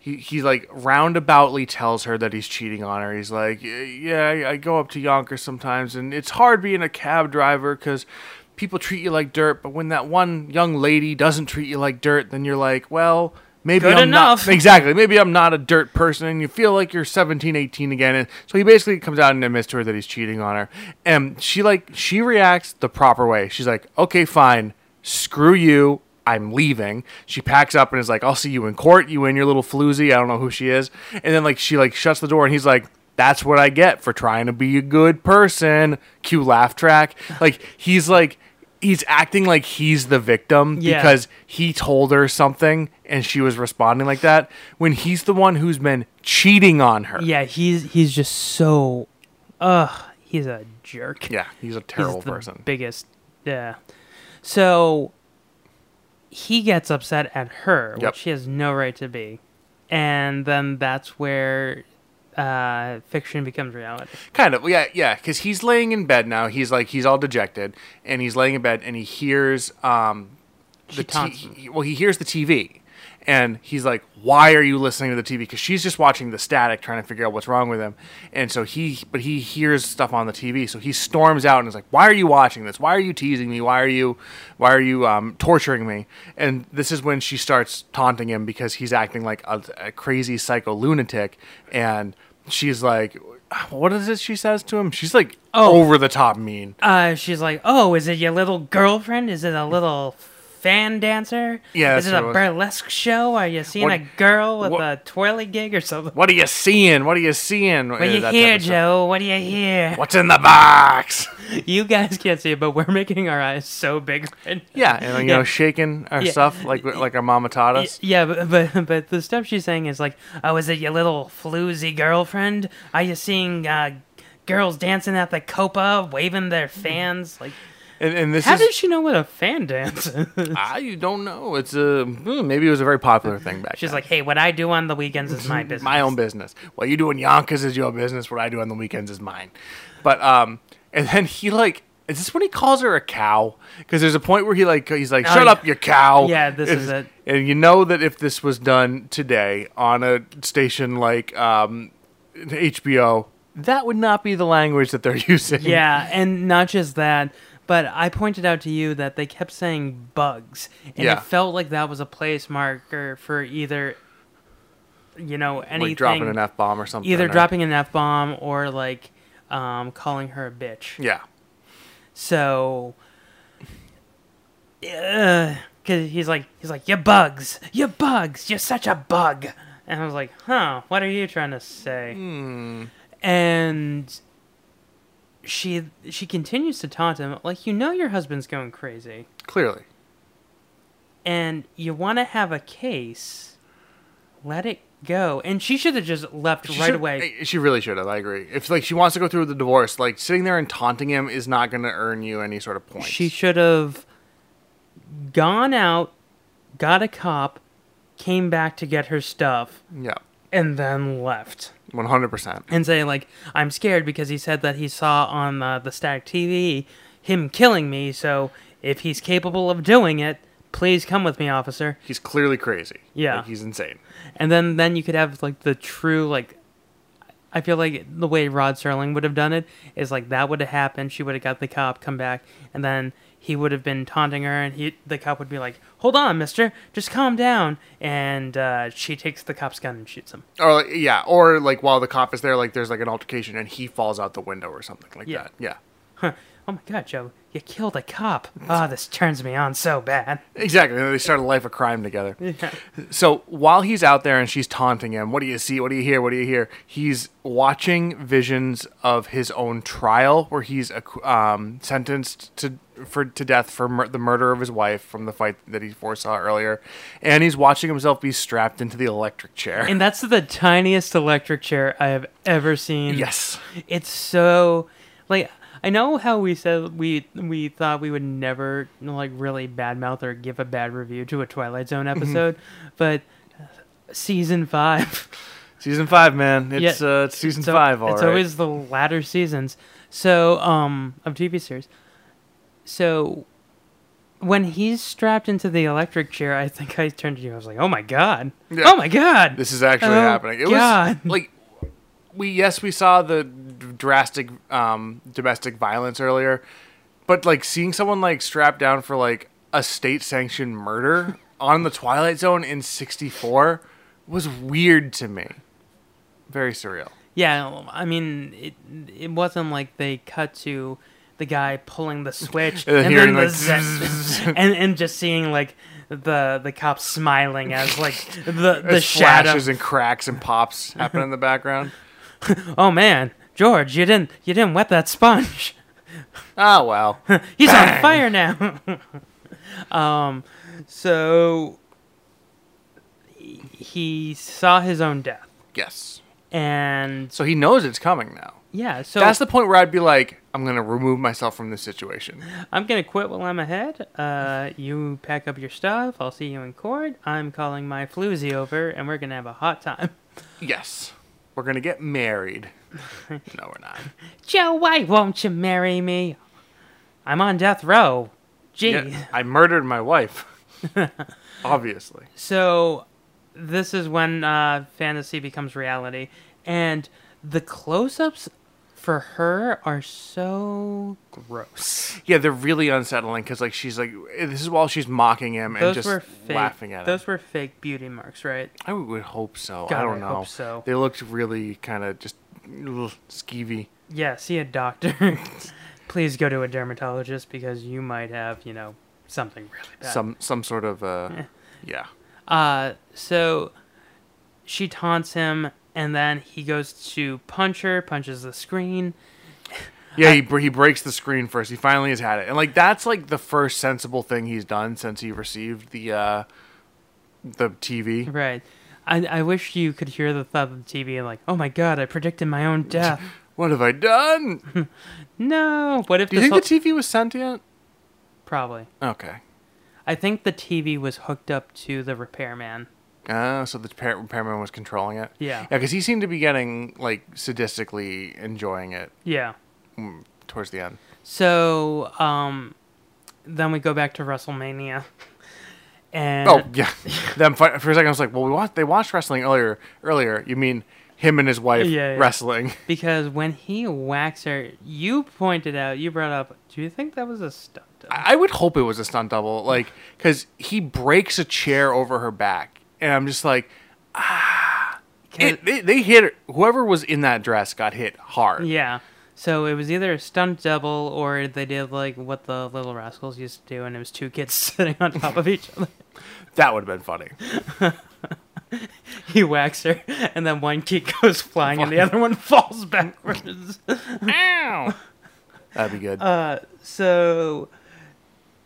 S2: He, he like roundaboutly tells her that he's cheating on her. He's like, "Y- yeah, I- I go up to Yonkers sometimes, and it's hard being a cab driver because people treat you like dirt. But when that one young lady doesn't treat you like dirt, then you're like, well, maybe
S1: Good
S2: I'm
S1: enough.
S2: not exactly. Maybe I'm not a dirt person, and you feel like you're 17, 18 again. And so he basically comes out and admits to her that he's cheating on her, and she like she reacts the proper way. She's like, "Okay, fine, screw you, I'm leaving." She packs up and is like, "I'll see you in court, you and your little floozy." I don't know who she is, and then like she like shuts the door, and he's like. That's what I get for trying to be a good person. Cue laugh track. Like he's like he's acting like he's the victim
S1: Yeah.
S2: because he told her something and she was responding like that when he's the one who's been cheating on her.
S1: yeah, he's he's just so ugh, he's a jerk.
S2: Yeah, he's a
S1: He's
S2: terrible
S1: the
S2: person.
S1: Biggest yeah. So he gets upset at her,
S2: Yep.
S1: which he has no right to be. And then that's where uh, fiction becomes reality.
S2: kind of. Yeah, yeah, cuz he's laying in bed now. He's like he's all dejected and he's laying in bed and he hears um the
S1: taunts
S2: t- he- well he hears the TV. And he's like, "Why are you listening to the TV?" Because she's just watching the static, trying to figure out what's wrong with him. And so he, but he hears stuff on the TV, so he storms out and is like, "Why are you watching this? Why are you teasing me? Why are you, why are you um, torturing me?" And this is when she starts taunting him because he's acting like a, a crazy psycho lunatic, and she's like, "What is it?" She says to him. She's like,
S1: Oh.
S2: over the top mean."
S1: Uh, she's like, "Oh, is it your little girlfriend? Is it a little fan dancer?
S2: Yeah,
S1: is it
S2: that's
S1: a
S2: what it was.
S1: burlesque show? Are you seeing
S2: What-
S1: a girl with
S2: what-
S1: a twirly gig or something?
S2: What are you seeing? What are you seeing?
S1: What do you hear, Joe? What do you hear?
S2: What's in the box?
S1: You guys can't see it, but we're making our eyes so big right now.
S2: Yeah, and you
S1: Yeah.
S2: know, shaking our
S1: Yeah.
S2: stuff like like our mama taught us.
S1: Yeah, but, but but the stuff she's saying is like, oh, is it your little floozy girlfriend? Are you seeing uh, girls dancing at the Copa, waving their fans? Like,
S2: And, and this
S1: how
S2: is
S1: does she know what a fan dance is?
S2: I you don't know. It's a hmm, maybe it was a very popular thing back.
S1: She's
S2: then.
S1: like, hey, what I do on the weekends is my business.
S2: my own business. What you do in Yonkers is your business. What I do on the weekends is mine. But um, and then he like. Is this when he calls her a cow? Because there's a point where he like he's like,
S1: Oh,
S2: "Shut
S1: yeah.
S2: up, you cow."
S1: Yeah, this
S2: It's-
S1: is it.
S2: And you know that if this was done today on a station like um, HBO, that would not be the language that they're using.
S1: Yeah, and not just that, but I pointed out to you that they kept saying bugs, and
S2: Yeah.
S1: it felt like that was a place marker for either, you know, anything,
S2: like dropping an f bomb or something.
S1: either
S2: or-
S1: dropping an f bomb or like um, calling her a bitch.
S2: Yeah,
S1: So, because he's like, he's like, you bugs, you bugs, you're such a bug. And I was like, huh, what are you trying to say? And she she continues to taunt him, like, you know your husband's going crazy,
S2: clearly.
S1: and you want to have a case. Let it go. And she should have just left
S2: She
S1: right
S2: should-
S1: away.
S2: eh, She really should have. I agree. If like she wants to go through with the divorce, like sitting there and taunting him is not going to earn you any sort of points.
S1: She should have gone out, got a cop, came back to get her stuff,
S2: yeah,
S1: and then left.
S2: one hundred percent.
S1: And say, like, I'm scared because he said that he saw on uh, the static TV him killing me, so if he's capable of doing it, please come with me, officer.
S2: He's clearly crazy.
S1: Yeah.
S2: Like, he's insane.
S1: And then, then you could have, like, the true, like, I feel like the way Rod Serling would have done it is like that would have happened. She would have got the cop, come back, and then he would have been taunting her, and he the cop would be like, "Hold on, Mister, just calm down." And uh, she takes the cop's gun and shoots him.
S2: Or like, yeah, or like while the cop is there, like there's like an altercation and he falls out the window or something like
S1: Yeah.
S2: that. Yeah,
S1: Oh my god, Joe, you killed a cop. Oh, this turns me on so bad.
S2: exactly. And they start a life of crime together. So while he's out there and she's taunting him, what do you see? What do you hear? What do you hear? He's watching visions of his own trial, where he's acqu- um, sentenced to for to death for mur- the murder of his wife from the fight that he foresaw earlier, and he's watching himself be strapped into the electric chair.
S1: And that's the tiniest electric chair I have ever seen.
S2: yes,
S1: It's so like I know how we said we we thought we would never like really badmouth or give a bad review to a Twilight Zone
S2: Mm-hmm.
S1: episode, but season 5
S2: season five, man. It's
S1: Yeah.
S2: uh, it's season
S1: So
S2: five. all
S1: it's
S2: right.
S1: always the latter seasons. So um of TV series. So when he's strapped into the electric chair, I think I turned to you. I was like, "Oh my god!
S2: Yeah.
S1: Oh my god!
S2: This is actually
S1: Oh,
S2: happening. It
S1: God.
S2: was like we yes we saw the drastic um, domestic violence earlier, but like seeing someone like strapped down for like a state sanctioned murder on the Twilight Zone in '64 was weird to me. Very surreal.
S1: Yeah, I mean, it it wasn't like they cut to the guy pulling the switch
S2: And
S1: and, then
S2: then Uh, hearing,
S1: the
S2: like,
S1: zzz- and and just seeing like the the cop smiling as like the the
S2: As
S1: shadow.
S2: flashes and cracks and pops happen in the background.
S1: Oh man, George, you didn't you didn't wet that sponge.
S2: Oh well.
S1: He's on fire now. um, so he saw his own death,
S2: yes.
S1: and
S2: So he knows it's coming now.
S1: yeah, so
S2: That's the point where I'd be like, I'm gonna remove myself from this situation.
S1: I'm gonna quit while I'm ahead. Uh, you pack up your stuff. I'll see you in court. I'm calling my floozy over, and we're gonna have a hot time.
S2: Yes. We're going to get married. no, we're not.
S1: Joe, why won't you marry me? I'm on death row. Gee.
S2: Yeah, I murdered my wife. Obviously.
S1: So this is when uh, fantasy becomes reality, and the close-ups for her are so gross.
S2: Yeah, they're really unsettling because like she's like this is while she's mocking him and
S1: Those
S2: just
S1: were fake.
S2: laughing at him.
S1: those were fake beauty marks, right?
S2: I would hope so.
S1: God,
S2: I don't
S1: I
S2: know.
S1: hope so.
S2: They looked really kind of just ugh, skeevy.
S1: Yeah, see a doctor. Please go to a dermatologist because you might have, you know, something really bad.
S2: Some some sort of uh, yeah.
S1: Uh, so she taunts him, and then he goes to punch her, punches the screen.
S2: Yeah, he, br- he breaks the screen first. He finally has had it, and like that's like the first sensible thing he's done since he received the uh, the TV.
S1: Right. I, I wish you could hear the thud of the TV, like, oh my god, I predicted my own death.
S2: What have I done?
S1: no. What if
S2: Do you
S1: this
S2: think
S1: whole-
S2: the TV was sentient?
S1: Probably.
S2: Okay.
S1: I think the TV was hooked up to the repairman.
S2: Ah, so the repair- repairman was controlling it.
S1: Yeah.
S2: Yeah, because he seemed to be getting like sadistically enjoying it
S1: Yeah.
S2: towards the end.
S1: So, um, then we go back to WrestleMania. And
S2: Oh yeah. Them fi- for a second I was like, well, we watched they watched wrestling earlier. Earlier, you mean him and his wife
S1: Yeah, yeah.
S2: wrestling?
S1: because when he whacks her, you pointed out, you brought up, do you think that was a stunt? double?"
S2: I would hope it was a stunt double, like because he breaks a chair over her back, and I'm just like, it, they, they hit her. Whoever was in that dress got hit hard.
S1: Yeah. So it was either a stunt double or they did like what the Little Rascals used to do, and it was two kids sitting on top of each other.
S2: That would have been funny.
S1: He whacks her, and then one kid goes flying, and the other one falls backwards.
S2: Ow! That'd be
S1: Uh,
S2: good.
S1: So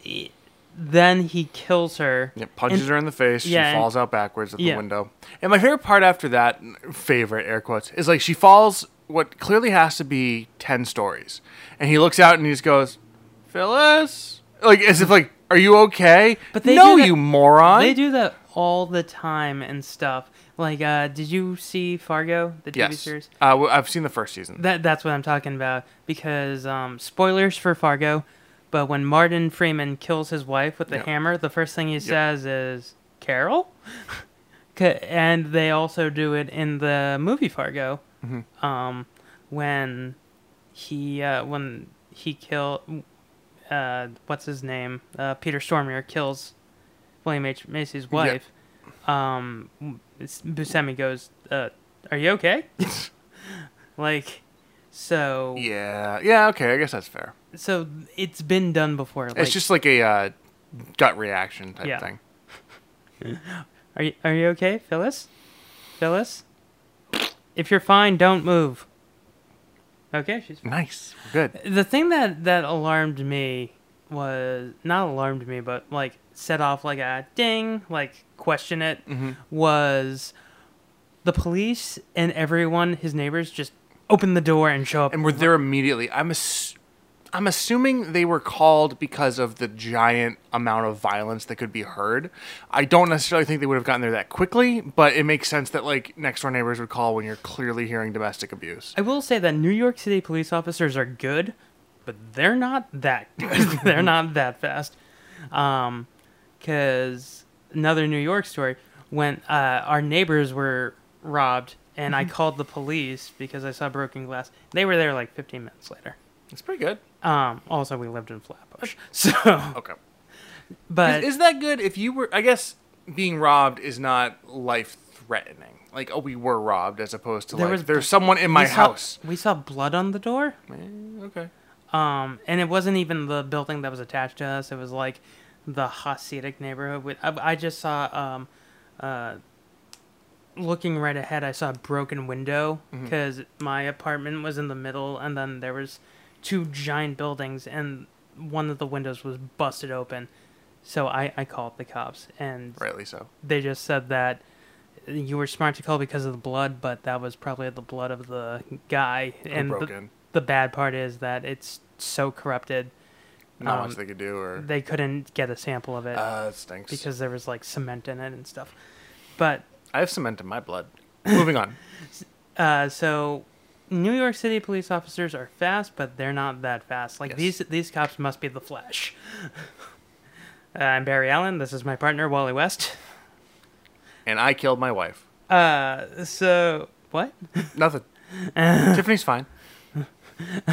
S1: i- then he kills her.
S2: It punches
S1: and-
S2: her in the face.
S1: yeah,
S2: she
S1: and-
S2: falls out backwards at
S1: yeah.
S2: the window. And my favorite part after that, favorite air quotes, is like she falls what clearly has to be 10 stories. And he looks out and he just goes, Phyllis? Like, as if, like, are you okay?
S1: But they
S2: no,
S1: do that-
S2: you moron.
S1: They do that all the time and stuff. Like, uh, did you see Fargo, the TV
S2: Yes. Uh,
S1: series?
S2: well, I've seen the first season.
S1: That that's what I'm talking about because um, spoilers for Fargo, but when Martin Freeman kills his wife with the
S2: Yep.
S1: hammer, the first thing he says is Carol, C- and they also do it in the movie Fargo, um, when he uh, when he kill uh, what's his name uh, Peter Stormare kills William H Macy's wife. Um, it's- Buscemi goes, uh, "Are you okay?" like, so
S2: Yeah. Yeah, okay. I guess that's fair.
S1: so it's been done before. Like,
S2: it's just like a uh, gut reaction type
S1: Yeah.
S2: thing.
S1: are you are you okay, Phyllis? Phyllis, if you're fine, don't move. Okay, she's
S2: Nice. Good.
S1: the thing that that alarmed me was not alarmed me but like set off like a ding like question it
S2: Mm-hmm.
S1: was the police and everyone his neighbors just open the door and show up
S2: and were there immediately. I'm ass- I'm assuming they were called because of the giant amount of violence that could be heard. I don't necessarily think they would have gotten there that quickly, but it makes sense that like next door neighbors would call when you're clearly hearing domestic abuse.
S1: i will say that new york city police officers are good but they're not that good they're not that fast um because another new york story when uh, our neighbors were robbed and
S2: Mm-hmm.
S1: i called the police because i saw broken glass they were there like 15 minutes later
S2: It's pretty good.
S1: Um, also, we lived in Flatbush, so
S2: Okay.
S1: but
S2: Is that good if you were I guess being robbed is not life threatening. Like oh we were robbed as opposed to
S1: There
S2: like
S1: was-
S2: there's someone in my
S1: we saw-
S2: house.
S1: we saw blood on the door,
S2: Okay.
S1: Um, and it wasn't even the building that was attached to us. It was like the Hasidic neighborhood. With I, I just saw um, uh, looking right ahead, I saw a broken window because my apartment was in the middle, and then there was two giant buildings, and one of the windows was busted open. So I, I called the cops, and
S2: Rightly so.
S1: they just said that you were smart to call because of the blood, but that was probably the blood of the guy. and
S2: broke
S1: the,
S2: in.
S1: the bad part is that it's so corrupted
S2: Not much
S1: Um,
S2: they could do or
S1: they couldn't get a sample of it
S2: uh it stinks.
S1: because there was like cement in it and stuff. But
S2: I have cement in my blood. Moving on.
S1: uh, so New York City police officers are fast, but they're not that fast. Like
S2: Yes.
S1: these these cops must be the Flash. uh, I'm Barry Allen. This is my partner Wally West.
S2: and I killed my wife.
S1: Uh, so what?
S2: Nothing. Tiffany's fine.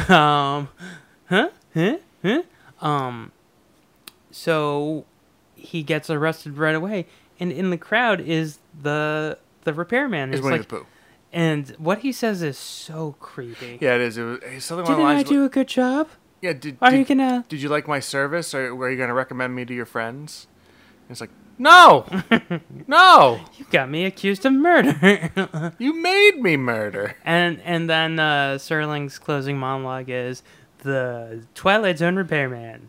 S1: Um, huh? Huh? Huh? Um, so he gets arrested right away, and in the crowd is the the repairman.
S2: Is
S1: who's
S2: Winnie
S1: like-
S2: the Pooh.
S1: And what he says is so creepy.
S2: Yeah, it is. It was it's something along
S1: Didn't
S2: the
S1: I
S2: lines.
S1: do a good job?
S2: yeah, did,
S1: Are
S2: did,
S1: you gonna?
S2: did you like my service? Or were you gonna recommend me to your friends? And it's like, no, no,
S1: You got me accused of murder.
S2: you made me murder.
S1: and and then uh, Serling's closing monologue is the Twilight Zone repairman.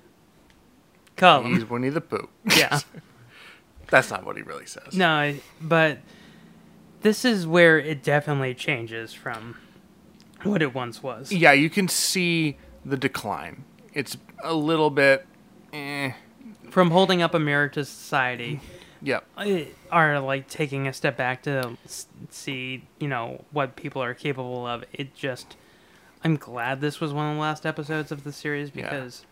S1: Call him.
S2: He's Winnie the Pooh.
S1: Yeah.
S2: That's not what he really says.
S1: No, I- but this is where it definitely changes from what it once was.
S2: Yeah, you can see the decline. It's a little bit. Eh.
S1: From holding up a mirror to society,
S2: Yep.
S1: eh, are like taking a step back to s- see, you know, what people are capable of. It just, I'm glad this was one of the last episodes of the series because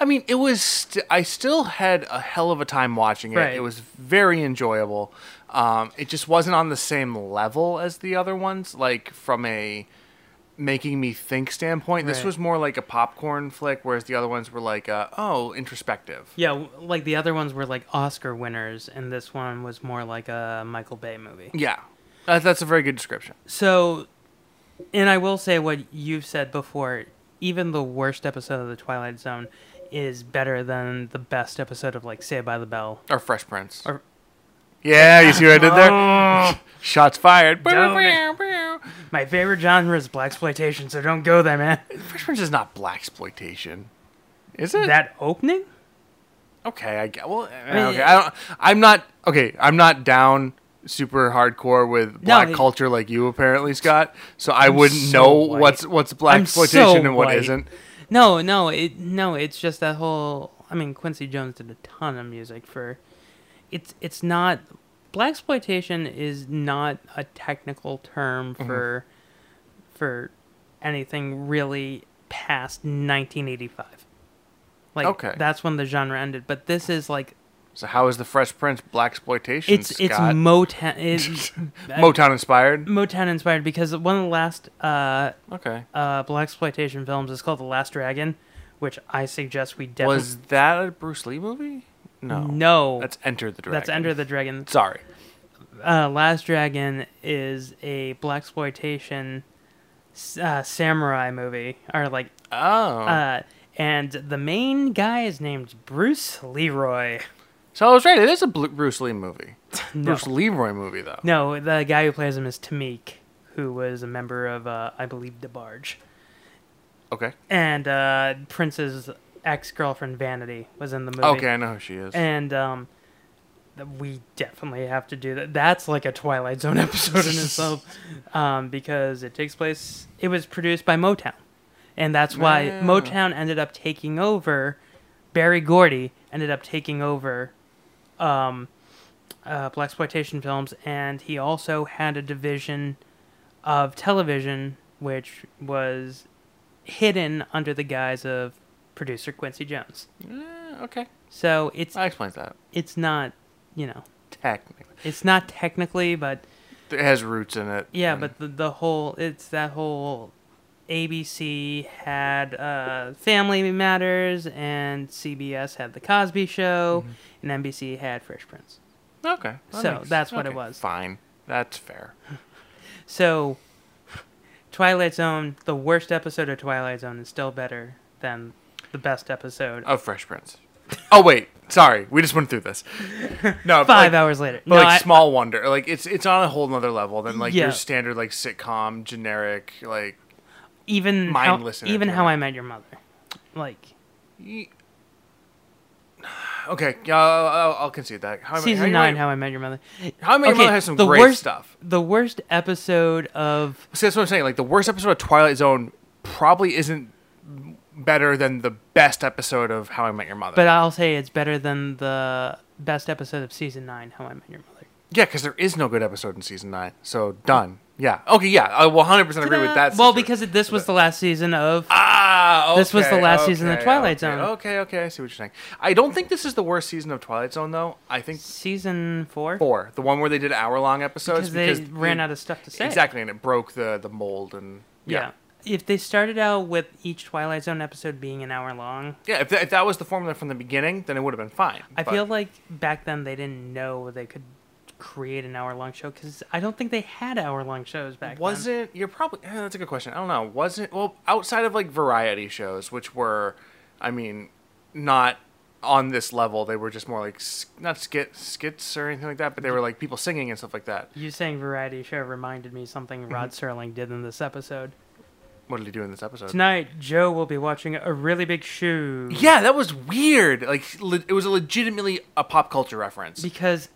S2: I mean, it was. St- I still had a hell of a time watching it.
S1: Right.
S2: It was very enjoyable. Um, it just wasn't on the same level as the other ones. Like from a making me think standpoint, this
S1: Right.
S2: was more like a popcorn flick, whereas the other ones were like, uh, oh, introspective.
S1: yeah, w like the other ones were like Oscar winners, and this one was more like a Michael Bay movie.
S2: Yeah, uh, that's a very good description.
S1: So, and I will say what you've said before. Even the worst episode of the Twilight Zone is better than the best episode of like Saved by the Bell.
S2: Or Fresh Prince.
S1: Or-
S2: yeah, you see what I did there? Shots fired.
S1: Don't-
S2: Fresh
S1: My favorite genre is black exploitation, so don't go there, man.
S2: Prince is not black exploitation, is it?
S1: That opening?
S2: Okay, I get. Well, eh, okay, I don't. I'm not. Okay, I'm not down super hardcore with black
S1: it-
S2: culture like you apparently, Scott. So I wouldn't
S1: so
S2: know
S1: white.
S2: what's what's black
S1: I'm so
S2: exploitation and what
S1: white.
S2: not
S1: No, no, it no. It's just that whole. I mean, Quincy Jones did a ton of music for. It's it's not black exploitation is not a technical term
S2: Mm-hmm.
S1: for for anything really past 1985. Like
S2: Okay.
S1: that's when the genre ended. But this is like
S2: So how is the Fresh Prince black exploitation?
S1: it's it's
S2: Scott?
S1: Motown it's
S2: Motown inspired.
S1: Motown inspired because one of the last uh
S2: Okay.
S1: uh black exploitation films is called The Last Dragon, which I suggest we definitely
S2: Was that a Bruce Lee movie? No.
S1: No.
S2: That's Enter the Dragon.
S1: That's Enter the Dragon.
S2: Sorry.
S1: Uh, Last Dragon is a black exploitation uh, samurai movie, or like,
S2: Oh.
S1: uh, and the main guy is named Bruce Leroy.
S2: so I was right. It is a Blu- Bruce Lee movie.
S1: No,
S2: Bruce Leroy movie though.
S1: no, the guy who plays him is Tamik, who was a member of, uh, I believe, DeBarge,
S2: Okay.
S1: and uh, Prince's ex-girlfriend Vanity was in the movie.
S2: Okay, I know who she is.
S1: and um th- we definitely have to do that that's like a twilight zone episode in itself um because it takes place it was produced by motown and that's why
S2: Yeah.
S1: motown ended up taking over barry gordy ended up taking over um uh black exploitation films and he also had a division of television which was hidden under the guise of producer quincy jones
S2: Eh, okay.
S1: so it's
S2: I explained that.
S1: it's not you know
S2: Technically.
S1: it's not technically but
S2: It has roots in it.
S1: yeah
S2: and-
S1: but the, the whole it's that whole abc had uh, family matters and cbs had the cosby show
S2: Mm-hmm.
S1: and nbc had fresh prince
S2: Okay. that
S1: So, that's what it
S2: okay,
S1: was.
S2: Fine. That's fair.
S1: so twilight zone the worst episode of twilight zone is still better than the best episode
S2: Of Fresh Prince. Oh wait, sorry. We just went through this. No, but
S1: five
S2: like,
S1: hours later
S2: But
S1: no,
S2: like
S1: I-
S2: Small Wonder, like it's it's on a whole nother level than like
S1: Yeah.
S2: your standard like sitcom generic like.
S1: even
S2: mindless
S1: how, even how
S2: entertainment.
S1: i met your mother like
S2: ye- Okay, yeah, I'll, I'll- I'll concede that. How I Met-
S1: season
S2: How You
S1: nine
S2: Met-
S1: how i met your mother
S2: How I Met Your Mother has some great
S1: worst,
S2: stuff.
S1: The worst episode of
S2: See, that's what I'm saying. Like the worst episode of Twilight Zone probably isn't better than the best episode of How I Met Your Mother.
S1: but I'll say it's better than the best episode of season nine, How I Met Your Mother.
S2: Yeah, because there is no good episode in season nine. So done. Yeah. Okay. Yeah. I will 100 percent agree with that.
S1: Well,
S2: sister.
S1: because it- this was the last season of
S2: ah, Ah,
S1: This was the
S2: okay,
S1: last season of
S2: okay,
S1: Twilight
S2: okay,
S1: Zone.
S2: Okay, okay, I see what you're saying. I don't think this is the worst season of Twilight Zone though. I think
S1: Season four.
S2: four, the one where they did hour long episodes
S1: Because they
S2: because
S1: ran out of stuff to say.
S2: Exactly, and it broke the the mold and yeah.
S1: Yeah. If they started out with each Twilight Zone episode being an hour long,
S2: Yeah, if, that if that was the formula from the beginning, then it would have been fine.
S1: I
S2: but-
S1: feel like back then they didn't know they could create an hour long show because I don't think they had hour long shows back
S2: was
S1: then.
S2: it you're probably eh, that's a good question i don't know was it well outside of like variety shows which were i mean not on this level they were just more like s- not skit skits or anything like that but they were like people singing and stuff like that
S1: You saying variety show reminded me something
S2: Mm-hmm.
S1: Rod Serling did in this episode.
S2: what did he do in this episode
S1: Tonight, Joe will be watching a really big show.
S2: yeah that was weird like le- it was a legitimately a pop culture reference
S1: Because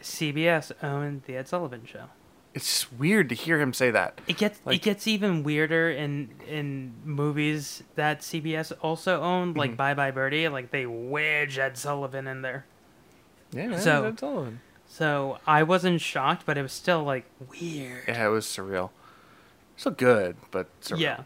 S1: CBS owned the Ed Sullivan show.
S2: it's weird to hear him say that
S1: It gets
S2: Like-
S1: it gets even weirder in in movies that CBS also owned, like Bye Bye Birdie. Like they wedge Ed Sullivan in there.
S2: yeah
S1: So-
S2: that's all of it.
S1: So I wasn't shocked, but it was still like weird.
S2: yeah it was surreal so good but surreal.
S1: Yeah.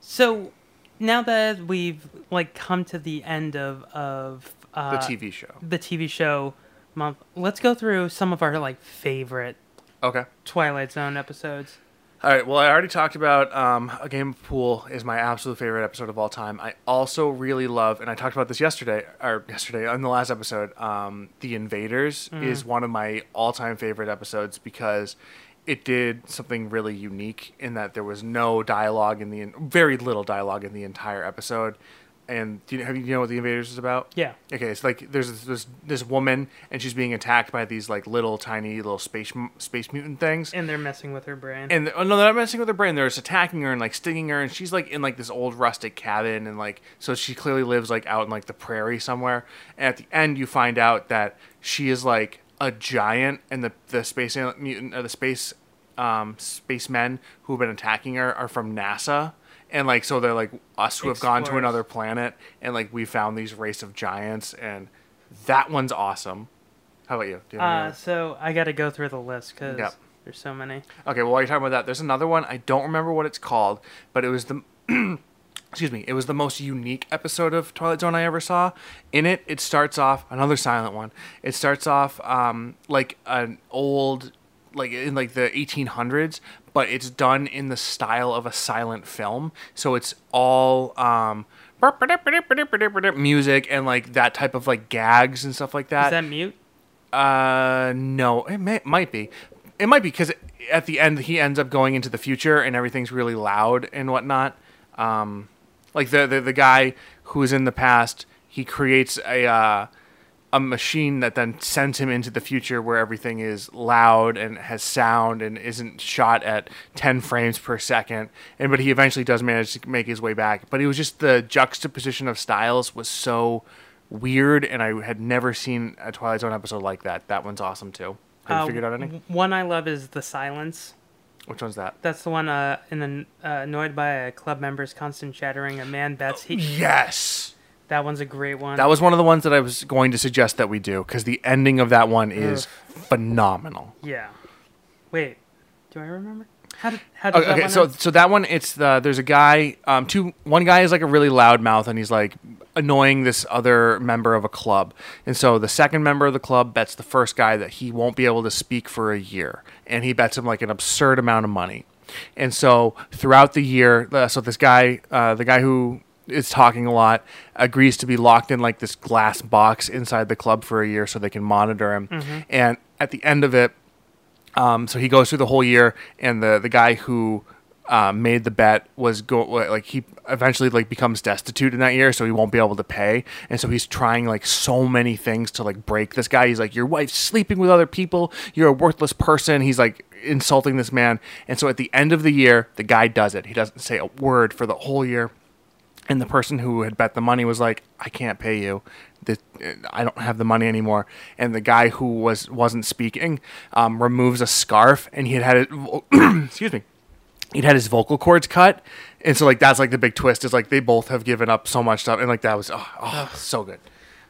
S1: So now that we've like come to the end of of
S2: the
S1: uh,
S2: tv show
S1: the TV show month, let's go through some of our like favorite
S2: okay
S1: Twilight Zone episodes.
S2: All right. Well, I already talked about um, a game of pool is my absolute favorite episode of all time. I also really love, and I talked about this yesterday or yesterday on the last episode. Um, the Invaders is one of my all-time favorite episodes because it did something really unique in that there was no dialogue in the very little dialogue in the entire episode. And do you, have you, you know what the Invaders is about?
S1: Yeah.
S2: Okay, it's like there's this, this this woman and she's being attacked by these like little tiny little space m- space mutant things
S1: And they're messing with her brain.
S2: and oh no, they're not messing with her brain. They're just attacking her and like stinging her, and she's like in like this old rustic cabin, and like so she clearly lives like out in like the prairie somewhere. And at the end, you find out that she is like a giant, and the the space al- mutant or the space um spacemen who've been attacking her are from NASA. And like so, they're like us who have gone to
S1: Explorers.
S2: another planet, and like we found these race of giants, and that one's awesome. How about you? Do you have any
S1: uh,
S2: other-
S1: so I got to go through the list because
S2: Yep.
S1: there's so many.
S2: Okay, well, while you're talking about that, there's another one. I don't remember what it's called, but it was the. Excuse me. It was the most unique episode of Twilight Zone I ever saw. In it, it starts off another silent one. It starts off um, like an old, like in like the 1800s, but it's done in the style of a silent film. So it's all um, music and like that type of like gags and stuff like that.
S1: Is that mute?
S2: Uh, no, it may, might be. It might be because at the end he ends up going into the future and everything's really loud and whatnot. Um, like the the, the guy who's in the past, he creates a uh, a machine that then sends him into the future where everything is loud and has sound and isn't shot at 10 frames per second and but he eventually does manage to make his way back but it was just the juxtaposition of styles was so weird and i had never seen a twilight zone episode like that that one's awesome too have you
S1: Uh,
S2: figured out any
S1: w- One I love is the silence.
S2: which one's that
S1: That's the one. Uh, in an, uh, annoyed by a club member's constant chattering, a man bets he.
S2: yes
S1: That one's a great one.
S2: that was one of the ones that i was going to suggest that we do because the ending of that one is phenomenal
S1: yeah. Wait, do I remember? How did how did
S2: Okay,
S1: that
S2: okay
S1: one
S2: so
S1: end?
S2: so that one it's the there's a guy um two one guy is like a really loud mouth and he's like annoying this other member of a club and so the second member of the club bets the first guy that he won't be able to speak for a year and he bets him like an absurd amount of money and so throughout the year uh, so this guy uh, the guy who is talking a lot agrees to be locked in like this glass box inside the club for a year so they can monitor him
S1: Mm-hmm.
S2: and at the end of it um, so he goes through the whole year, and the the guy who uh, made the bet was go like he eventually like becomes destitute in that year, so he won't be able to pay, and so he's trying like so many things to like break this guy. He's like, your wife's sleeping with other people, you're a worthless person. He's like insulting this man, and so at the end of the year, the guy does it. He doesn't say a word for the whole year and the person who had bet the money was like i can't pay you Th- i don't have the money anymore and the guy who was wasn't speaking um, removes a scarf and he had had it excuse me he'd had his vocal cords cut and so like that's like the big twist is like they both have given up so much stuff and like that was oh, oh, so good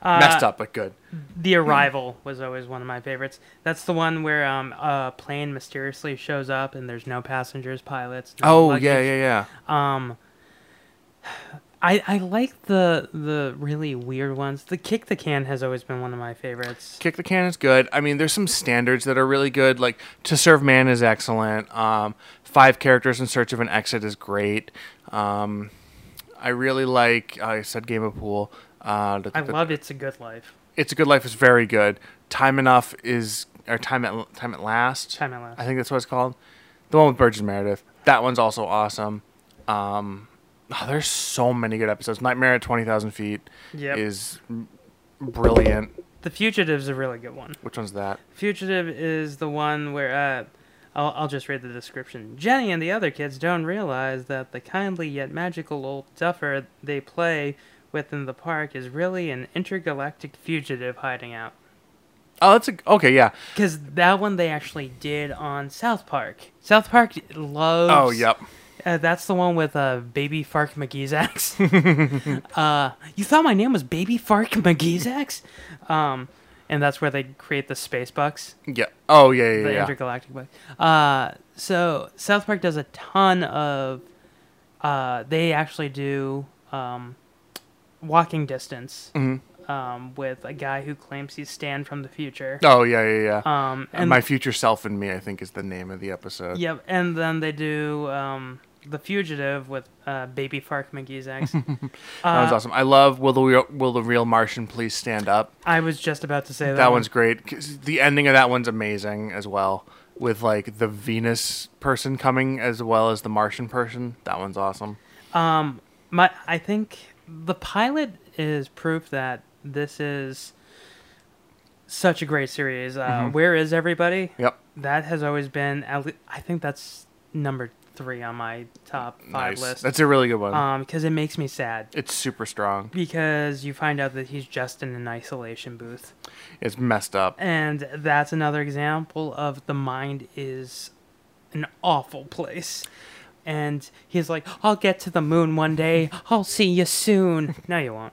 S2: messed up but good
S1: the arrival was always one of my favorites. That's the one where um a plane mysteriously shows up and there's no passengers, pilots. no
S2: oh
S1: luggage.
S2: yeah yeah yeah
S1: I, I like the the really weird ones. The kick the can has always been one of my favorites.
S2: Kick the Can is good. I mean, there's some standards that are really good. Like To Serve Man is excellent. Um, Five Characters in Search of an Exit is great. Um, I really like. I said Game of Pool. Uh, da-
S1: I
S2: da-
S1: love It's a Good Life.
S2: It's a Good Life is very good. Time Enough is or Time at Time at Last.
S1: Time at Last.
S2: I think that's what it's called. The one with Burgess Meredith. That one's also awesome. Um, oh, there's so many good episodes. Nightmare at Twenty Thousand Feet
S1: Yep.
S2: is brilliant.
S1: The Fugitive's a really good one.
S2: Which one's that?
S1: Fugitive is the one where uh, I'll, I'll just read the description. Jenny and the other kids don't realize that the kindly yet magical old duffer they play with in the park is really an intergalactic fugitive hiding out.
S2: Oh, that's a, okay. Yeah.
S1: Because that one they actually did on South Park. South Park loves.
S2: Oh, yep.
S1: Uh, that's the one with uh, Baby Fark McGeezax. uh, you thought my name was Baby Fark McGeezax? Um, and that's where they create the space bucks.
S2: Yeah. Oh yeah yeah
S1: the
S2: yeah.
S1: intergalactic bug. Uh, so South Park does a ton of. Uh, they actually do um, walking distance um, with a guy who claims he's Stan from the future.
S2: Oh yeah yeah yeah.
S1: Um, and
S2: My future self and me, I think, is the name of the episode.
S1: yep, and then they do um, the fugitive with uh, Baby Fark McGee's ex.
S2: that one's awesome. I love will the real, will the real Martian please stand up.
S1: I was just about to say that.
S2: That
S1: one.
S2: one's great. 'Cause The ending of that one's amazing as well, with like the Venus person coming as well as the Martian person. That one's awesome.
S1: my I think the pilot is proof that this is such a great series. Uh,
S2: Mm-hmm.
S1: Where is everybody?
S2: Yep.
S1: That has always been. At le- I think that's number three on my top five
S2: Nice.
S1: list.
S2: That's a really good one.
S1: um, because it makes me sad.
S2: it's super strong.
S1: Because you find out that he's just in an isolation booth,
S2: It's messed up.
S1: and that's another example of the mind is an awful place. And he's like, "I'll get to the moon one day. I'll see you soon." No, you won't.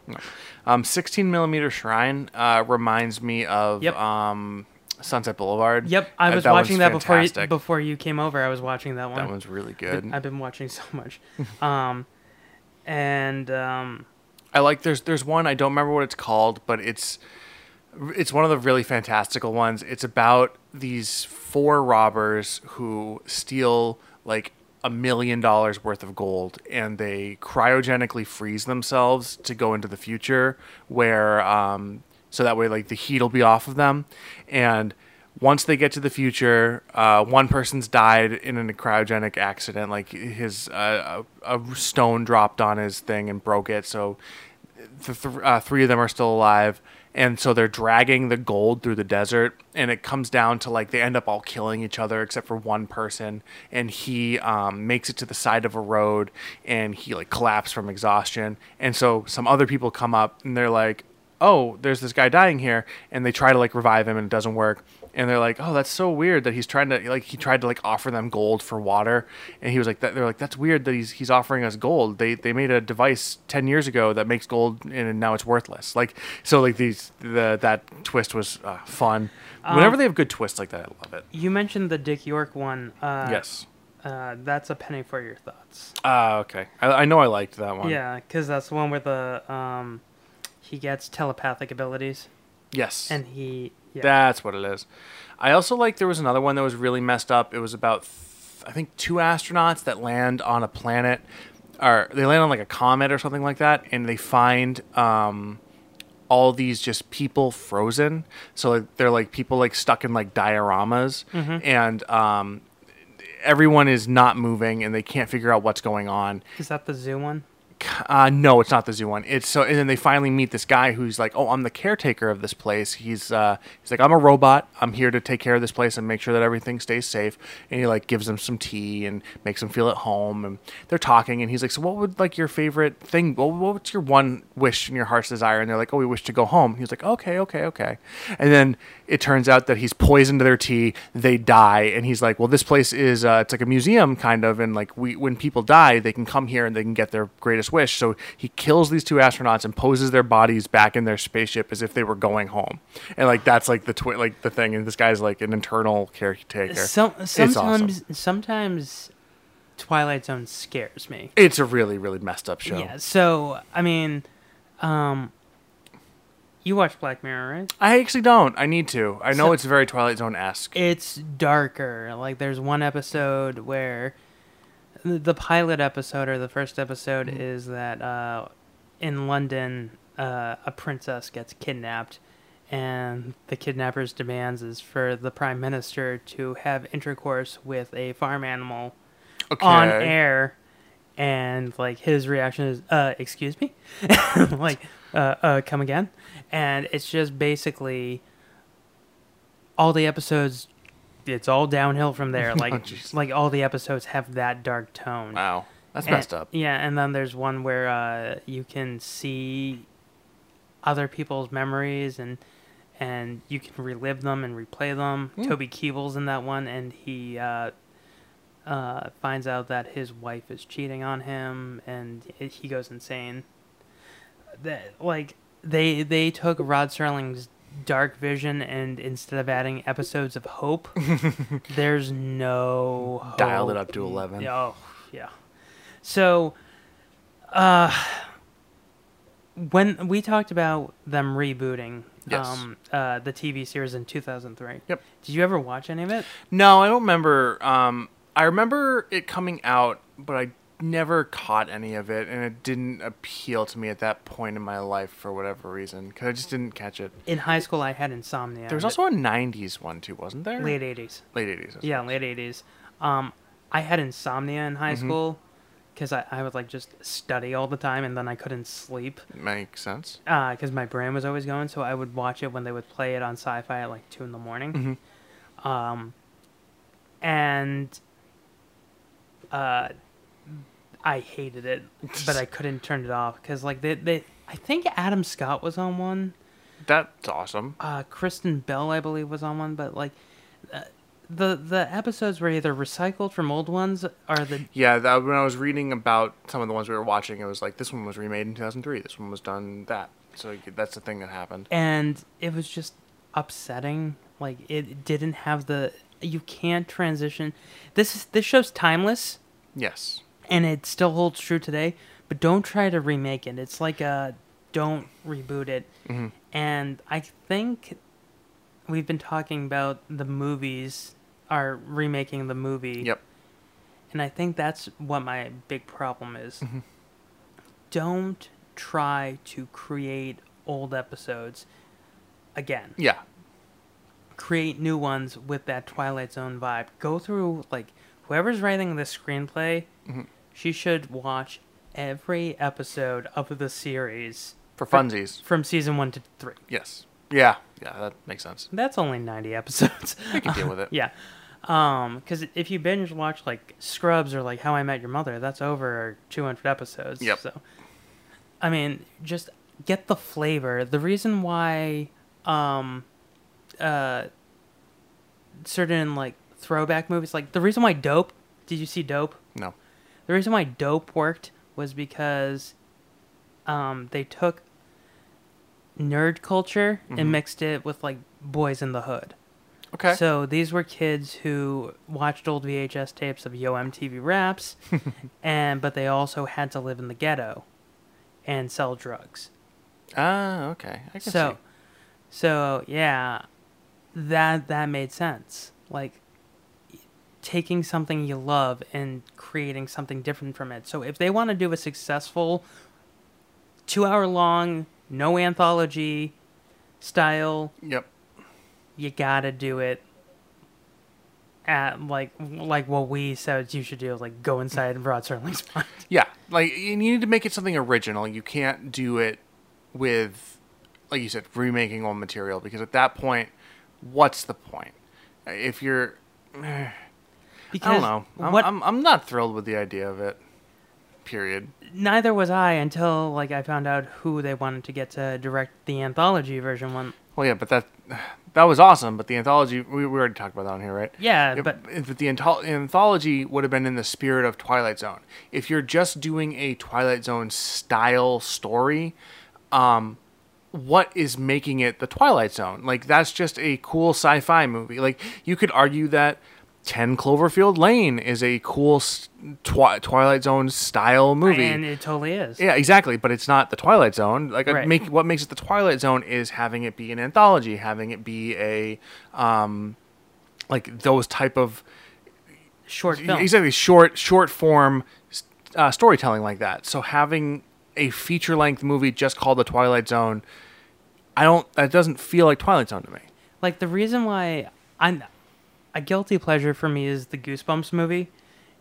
S2: Um, 16 millimeter shrine uh, reminds me of
S1: Yep.
S2: um, Sunset Boulevard.
S1: Yep, I
S2: Uh,
S1: was
S2: one's
S1: watching that before you,
S2: fantastic.
S1: before you came over. I was watching that one.
S2: That one's really good.
S1: I've been watching so much. um, and um,
S2: I like there's there's one I don't remember what it's called, but it's it's one of the really fantastical ones. It's about these four robbers who steal like a million dollars worth of gold and they cryogenically freeze themselves to go into the future where um so that way like the heat will be off of them and once they get to the future, uh, one person's died in a cryogenic accident, like his uh, a, a stone dropped on his thing and broke it. So the th- uh, three of them are still alive, and so they're dragging the gold through the desert, and it comes down to like they end up all killing each other except for one person, and he um, makes it to the side of a road, and he like collapsed from exhaustion, and so some other people come up and they're like, oh, there's this guy dying here, and they try to like revive him and it doesn't work. And they're like, oh, that's so weird that he's trying to like he tried to like offer them gold for water, and he was like, that, they're like, that's weird that he's he's offering us gold. They they made a device ten years ago that makes gold, and now it's worthless. Like so, like these the that twist was uh, fun. Whenever they have good twists like that, I love it.
S1: you mentioned the Dick York one. Uh,
S2: yes.
S1: Uh, that's a penny for your thoughts.
S2: Uh, okay. I, I know I liked that one.
S1: Yeah, because that's the one where the um, he gets telepathic abilities,
S2: Yes.
S1: and he yeah.
S2: That's what it is. I also like there was another one that was really messed up. It was about th- I think two astronauts that land on a planet or they land on like a comet or something like that and they find um all these just people frozen. So like, they're like people like stuck in like dioramas and um everyone is not moving and they can't figure out what's going on
S1: is that the zoo one?
S2: uh, no, it's not the zoo one. It's so, and then they finally meet this guy who's like, "Oh, I'm the caretaker of this place." He's uh, he's like, "I'm a robot. I'm here to take care of this place and make sure that everything stays safe." And he like gives them some tea and makes them feel at home. And they're talking, and he's like, "So, what would like your favorite thing? What, what's your one wish and your heart's desire?" And they're like, "Oh, we wish to go home." He's like, "Okay, okay, okay." And then it turns out that he's poisoned their tea. They die, and he's like, "Well, this place is uh, it's like a museum kind of, and like we when people die, they can come here and they can get their greatest wish." So he kills these two astronauts and poses their bodies back in their spaceship as if they were going home, and like that's like the twi- like the thing. And this guy's like an internal caretaker.
S1: Some
S2: It's awesome.
S1: sometimes sometimes Twilight Zone scares me.
S2: It's a really, really messed up show.
S1: Yeah. So I mean, um, you watch Black Mirror, right?
S2: I actually don't. I need to. I know
S1: So-
S2: it's very Twilight Zone esque.
S1: It's darker. Like there's one episode where the the pilot episode or the first episode is that uh, in London uh, a princess gets kidnapped. And the kidnapper's demands is for the prime minister to have intercourse with a farm animal
S2: Okay.
S1: on air and like his reaction is uh excuse me like uh uh come again and it's just basically all the episodes it's all downhill from there like
S2: Oh, jeez.
S1: like all the episodes have that dark tone
S2: Wow. That's
S1: And-
S2: messed up.
S1: yeah and then there's one where uh you can see other people's memories and and you can relive them and replay them
S2: Hmm.
S1: toby keeble's in that one and he uh uh, finds out that his wife is cheating on him and it- he goes insane. That like they they took Rod Serling's dark vision and instead of adding episodes of hope, there's no hope.
S2: Dialed it up to 11.
S1: Yeah, Oh yeah. So, uh, when we talked about them rebooting
S2: Yes.
S1: um, uh, the TV series in 2003,
S2: Yep.
S1: Did you ever watch any of it?
S2: No, I don't remember. Um, I remember it coming out, but I never caught any of it, and it didn't appeal to me at that point in my life for whatever reason, because I just didn't catch it.
S1: In high school, I had insomnia.
S2: There was
S1: and
S2: also a '90s one too, wasn't there?
S1: late 80s.
S2: Late '80s.
S1: Yeah, late eighties. Um, I had insomnia in
S2: Mm-hmm.
S1: high school 'cause school because I, I would like just study all the time and then I couldn't sleep
S2: makes sense.
S1: because uh, my brain was always going. So I would watch it when they would play it on Sci-Fi at like two in the morning. Um, and uh, I hated it, but I couldn't turn it off because like they they. I think Adam Scott was on one
S2: That's awesome.
S1: uh, Kristen Bell, I believe, was on one, but like uh, the the episodes were either recycled from old ones or the
S2: Yeah, that, when I was reading about some of the ones we were watching, it was like this one was remade in 2003. This one was done that. So like, that's the thing that happened.
S1: and it was just upsetting. Like it didn't have the you can't transition. This is this show's timeless
S2: Yes.
S1: and it still holds true today. But don't try to remake it. It's like a don't reboot it. And I think we've been talking about the movies are remaking the movie.
S2: Yep.
S1: And I think that's what my big problem is. Don't try to create old episodes again.
S2: Yeah.
S1: Create new ones with that Twilight Zone vibe. Go through, like, whoever's writing this screenplay, she should watch every episode of the series
S2: For funsies.
S1: from season one to three.
S2: Yes. Yeah. Yeah. That makes sense.
S1: That's only 90 episodes.
S2: I can deal with it.
S1: Yeah. Um, because if you binge watch like Scrubs or like How I Met Your Mother, that's over 200 episodes.
S2: Yep.
S1: So, I mean, just get the flavor. The reason why, um, uh, certain like throwback movies, like the reason why Dope, did you see Dope?
S2: No.
S1: The reason why Dope worked was because, um, they took nerd culture and mixed it with like Boys in the Hood.
S2: Okay.
S1: So these were kids who watched old VHS tapes of Yo MTV Raps, and but they also had to live in the ghetto, and sell drugs.
S2: ah. Okay. I can
S1: so,
S2: see.
S1: so yeah, that that made sense. Like taking something you love and creating something different from it. So if they want to do a successful, two-hour-long, no anthology, style
S2: Yep.
S1: you gotta do it at like like what we said you should do like go inside Rod Serling's mind.
S2: Yeah. Like you need to make it something original. You can't do it with, like you said, remaking old material because at that point, what's the point? If you're, I
S1: Because
S2: don't know. I'm,
S1: what
S2: I'm, I'm not thrilled with the idea of it. Period.
S1: neither was I until like I found out who they wanted to get to direct the anthology version one.
S2: Well, yeah, but that that was awesome. But the anthology, we, we already talked about that on here, right?
S1: Yeah,
S2: If-
S1: but-
S2: if the antho- anthology would have been in the spirit of Twilight Zone. If you're just doing a Twilight Zone style story, um, what is making it the Twilight Zone? Like that's just a cool sci-fi movie. Like you could argue that Ten Cloverfield Lane is a cool s- twi- Twilight Zone style movie.
S1: And it totally is.
S2: Yeah, exactly. But it's not the Twilight Zone. Like I
S1: Right.
S2: make what makes it the Twilight Zone is having it be an anthology, having it be a um, like those type of
S1: Short film.
S2: exactly short short form s- uh, storytelling like that. So having a feature length movie just called the Twilight Zone, I don't. That doesn't feel like Twilight Zone to me.
S1: Like the reason why I'm a guilty pleasure for me is the Goosebumps movie,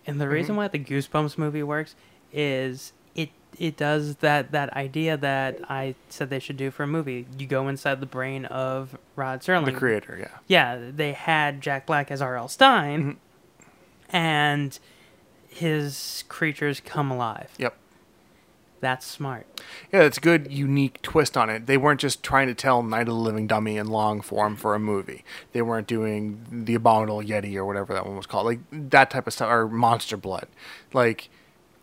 S1: and the
S2: Mm-hmm.
S1: reason why the Goosebumps movie works is it it does that that idea that I said they should do for a movie. You go inside the brain of Rod Serling,
S2: The creator, yeah.
S1: yeah, they had Jack Black as R.L. Stein,
S2: Mm-hmm.
S1: and his creatures come alive.
S2: Yep.
S1: That's smart.
S2: Yeah, it's a good, unique twist on it. They weren't just trying to tell Night of the Living Dummy in long form for a movie. They weren't doing the Abominable Yeti or whatever that one was called, like that type of stuff, or Monster Blood. Like,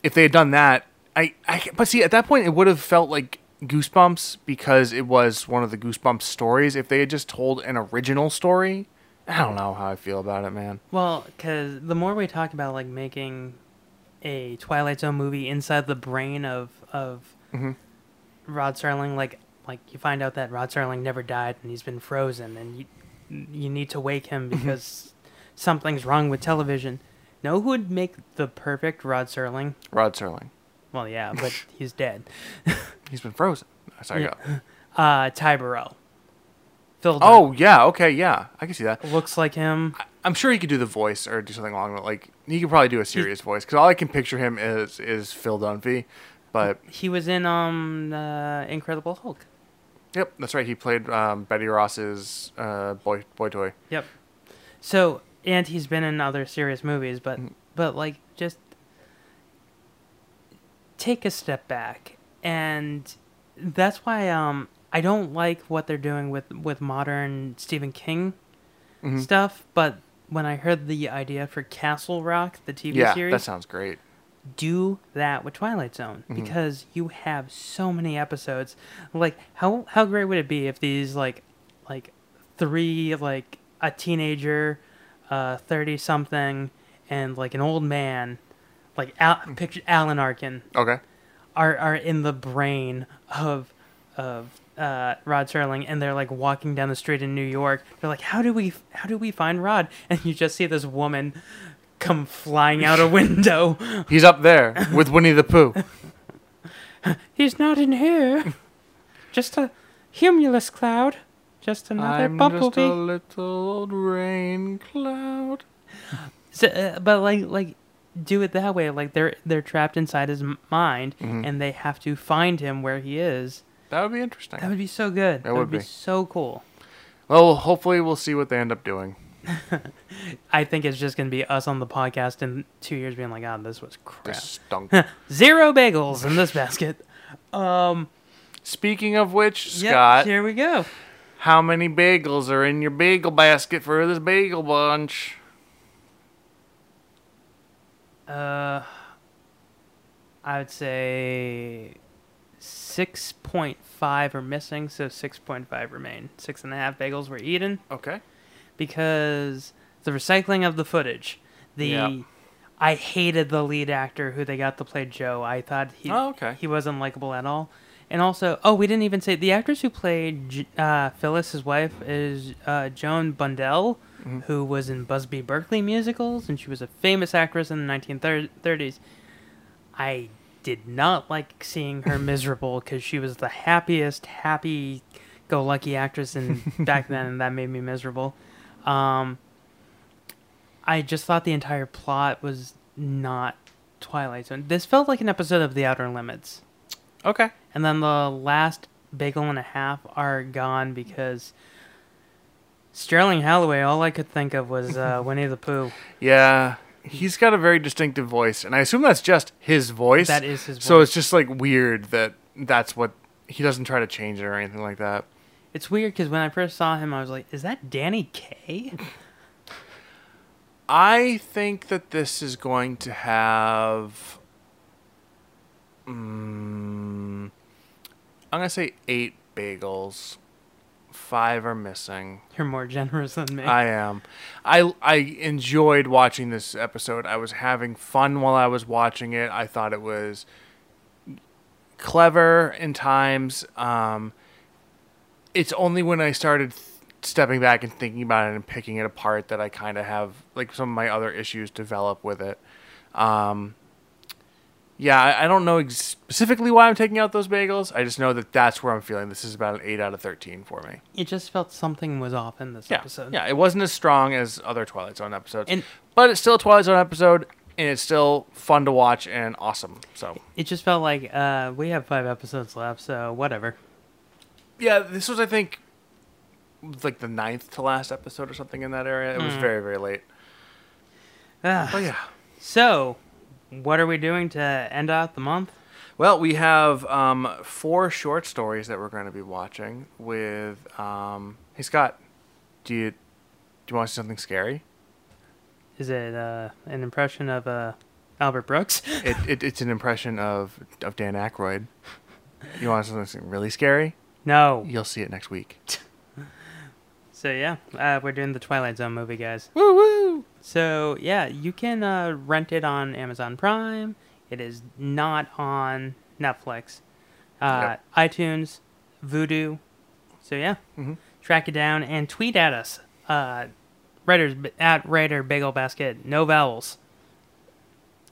S2: if they had done that, I, I, but see, at that point, it would have felt like Goosebumps because it was one of the Goosebumps stories. If they had just told an original story, I don't know how I feel about it, man.
S1: Well, because the more we talk about like making a Twilight Zone movie inside the brain of of Rod Serling, like like you find out that Rod Serling never died and he's been frozen, and you you need to wake him because something's wrong with television. Know who would make the perfect Rod Serling?
S2: Rod Serling,
S1: Well, yeah, but he's dead.
S2: he's been frozen. Sorry, go.
S1: Uh, Ty Burrell. Phil
S2: Oh yeah, okay, yeah, I can see that.
S1: Dunn looks like him.
S2: I'm sure he could do the voice or do something along that. Like he could probably do a serious voice because all I can picture him is is Phil Dunphy. But
S1: He was in um uh, Incredible Hulk.
S2: yep, that's right. He played um, Betty Ross's uh, boy boy toy.
S1: Yep. So, and he's been in other serious movies, but
S2: Mm.
S1: but like just take a step back, and that's why um I don't like what they're doing with with modern Stephen King
S2: Mm-hmm.
S1: stuff. But when I heard the idea for Castle Rock, the TV
S2: Yeah,
S1: series,
S2: that sounds great.
S1: do that with Twilight Zone because you have so many episodes. Like how how great would it be if these like like three like a teenager, uh thirty something, and like an old man, like Al- picture Alan Arkin
S2: Okay,
S1: are are in the brain of of uh, Rod Serling, and they're like walking down the street in New York. They're like, "How do we how do we find Rod?" And you just see this woman come flying out a window.
S2: he's up there with Winnie the Pooh.
S1: He's not in here. just a humulus cloud. Just another
S2: I'm
S1: bumblebee.
S2: just a little old rain cloud.
S1: So, uh, but like, like, do it that way. Like they're they're trapped inside his m- mind, and they have to find him where he is.
S2: That would be interesting.
S1: That would be so good. That,
S2: would
S1: would be.
S2: be.
S1: so cool.
S2: Well, hopefully we'll see what they end up doing.
S1: I think it's just gonna be us on the podcast in two years, being like, "Ah, this was crap.
S2: This stunk.
S1: Zero bagels in this basket."
S2: Speaking of which,
S1: Yep,
S2: Scott,
S1: here we go.
S2: how many bagels are in your bagel basket for this bagel bunch?
S1: Uh, I would say six point five are missing, so six point five remain. Six and a half bagels were eaten
S2: Okay.
S1: because the recycling of the footage. The
S2: Yeah.
S1: I hated the lead actor who they got to play Joe. I thought he
S2: Oh, okay.
S1: he wasn't likable at all. And also, oh, we didn't even say the actress who played J- uh, Phyllis, his wife, is uh, Joan Bundell,
S2: Mm-hmm.
S1: who was in Busby Berkeley musicals, and she was a famous actress in the 1930s. I did not like seeing her miserable because she was the happiest, happy go lucky actress in back then, and that made me miserable. Um, I just thought the entire plot was not Twilight Zone. This felt like an episode of The Outer Limits.
S2: Okay.
S1: And then the last bagel and a half are gone because Sterling Holloway, all I could think of was uh, Winnie the Pooh.
S2: Yeah, he's got a very distinctive voice, and I assume that's just his voice.
S1: That is his
S2: So
S1: voice.
S2: it's just like weird that that's what he doesn't try to change it or anything like that.
S1: It's weird because when I first saw him, I was like, is that Danny Kaye?
S2: I think that this is going to have. Mm, I'm gonna say eight bagels, five are missing.
S1: You're more generous than me.
S2: I am. I I enjoyed watching this episode. I was having fun while I was watching it. I thought it was clever in times. Um, it's only when I started th- stepping back and thinking about it and picking it apart that I kind of have like some of my other issues develop with it. Um, yeah, I, I don't know ex- specifically why I'm taking out those bagels. I just know that that's where I'm feeling. This is about an eight out of thirteen for me
S1: it just felt something was off in this
S2: yeah.
S1: episode.
S2: Yeah, it wasn't as strong as other Twilight Zone episodes,
S1: And-
S2: but it's still a Twilight Zone episode, and it's still fun to watch and awesome. So
S1: It just felt like uh, we have five episodes left, so whatever.
S2: yeah, this was I think like the ninth to last episode or something in that area. It was very very late.
S1: Ah.
S2: But Mm. Oh, yeah,
S1: So, what are we doing to end out the month?
S2: well we have um, four short stories that we're going to be watching with. Um, hey Scott, do you do you want to see something scary?
S1: Is it uh, an impression of uh, Albert Brooks?
S2: It, it it's an impression of of Dan Aykroyd. You want something really scary?
S1: no.
S2: You'll see it next week.
S1: So yeah, uh, we're doing the Twilight Zone movie, guys.
S2: Woo woo!
S1: So yeah, you can uh, rent it on Amazon Prime. It is not on Netflix, uh, iTunes, Vudu. So yeah, track it down and tweet at us. Uh, Raiders at Raider Bagel Basket, no vowels,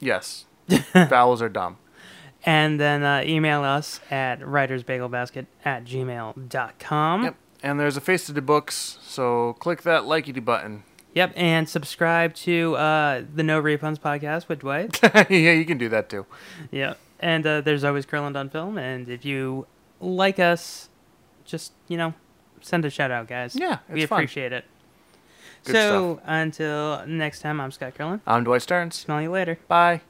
S2: Yes. Vowels are dumb.
S1: and then uh, email us at writersbagelbasket at gmail.com.
S2: Yep. And there's a face to the books, so click that likey button.
S1: Yep, and subscribe to uh, the No Refunds podcast with Dwight.
S2: yeah, you can do that too.
S1: Yeah, and uh, there's always Curland on film, and if you like us, just you know, send a shout out, guys.
S2: Yeah,
S1: we
S2: it's fun.
S1: appreciate it.
S2: Good
S1: so until next time, I'm Scott Curland.
S2: I'm Dwight Stearns.
S1: Smell you later.
S2: Bye.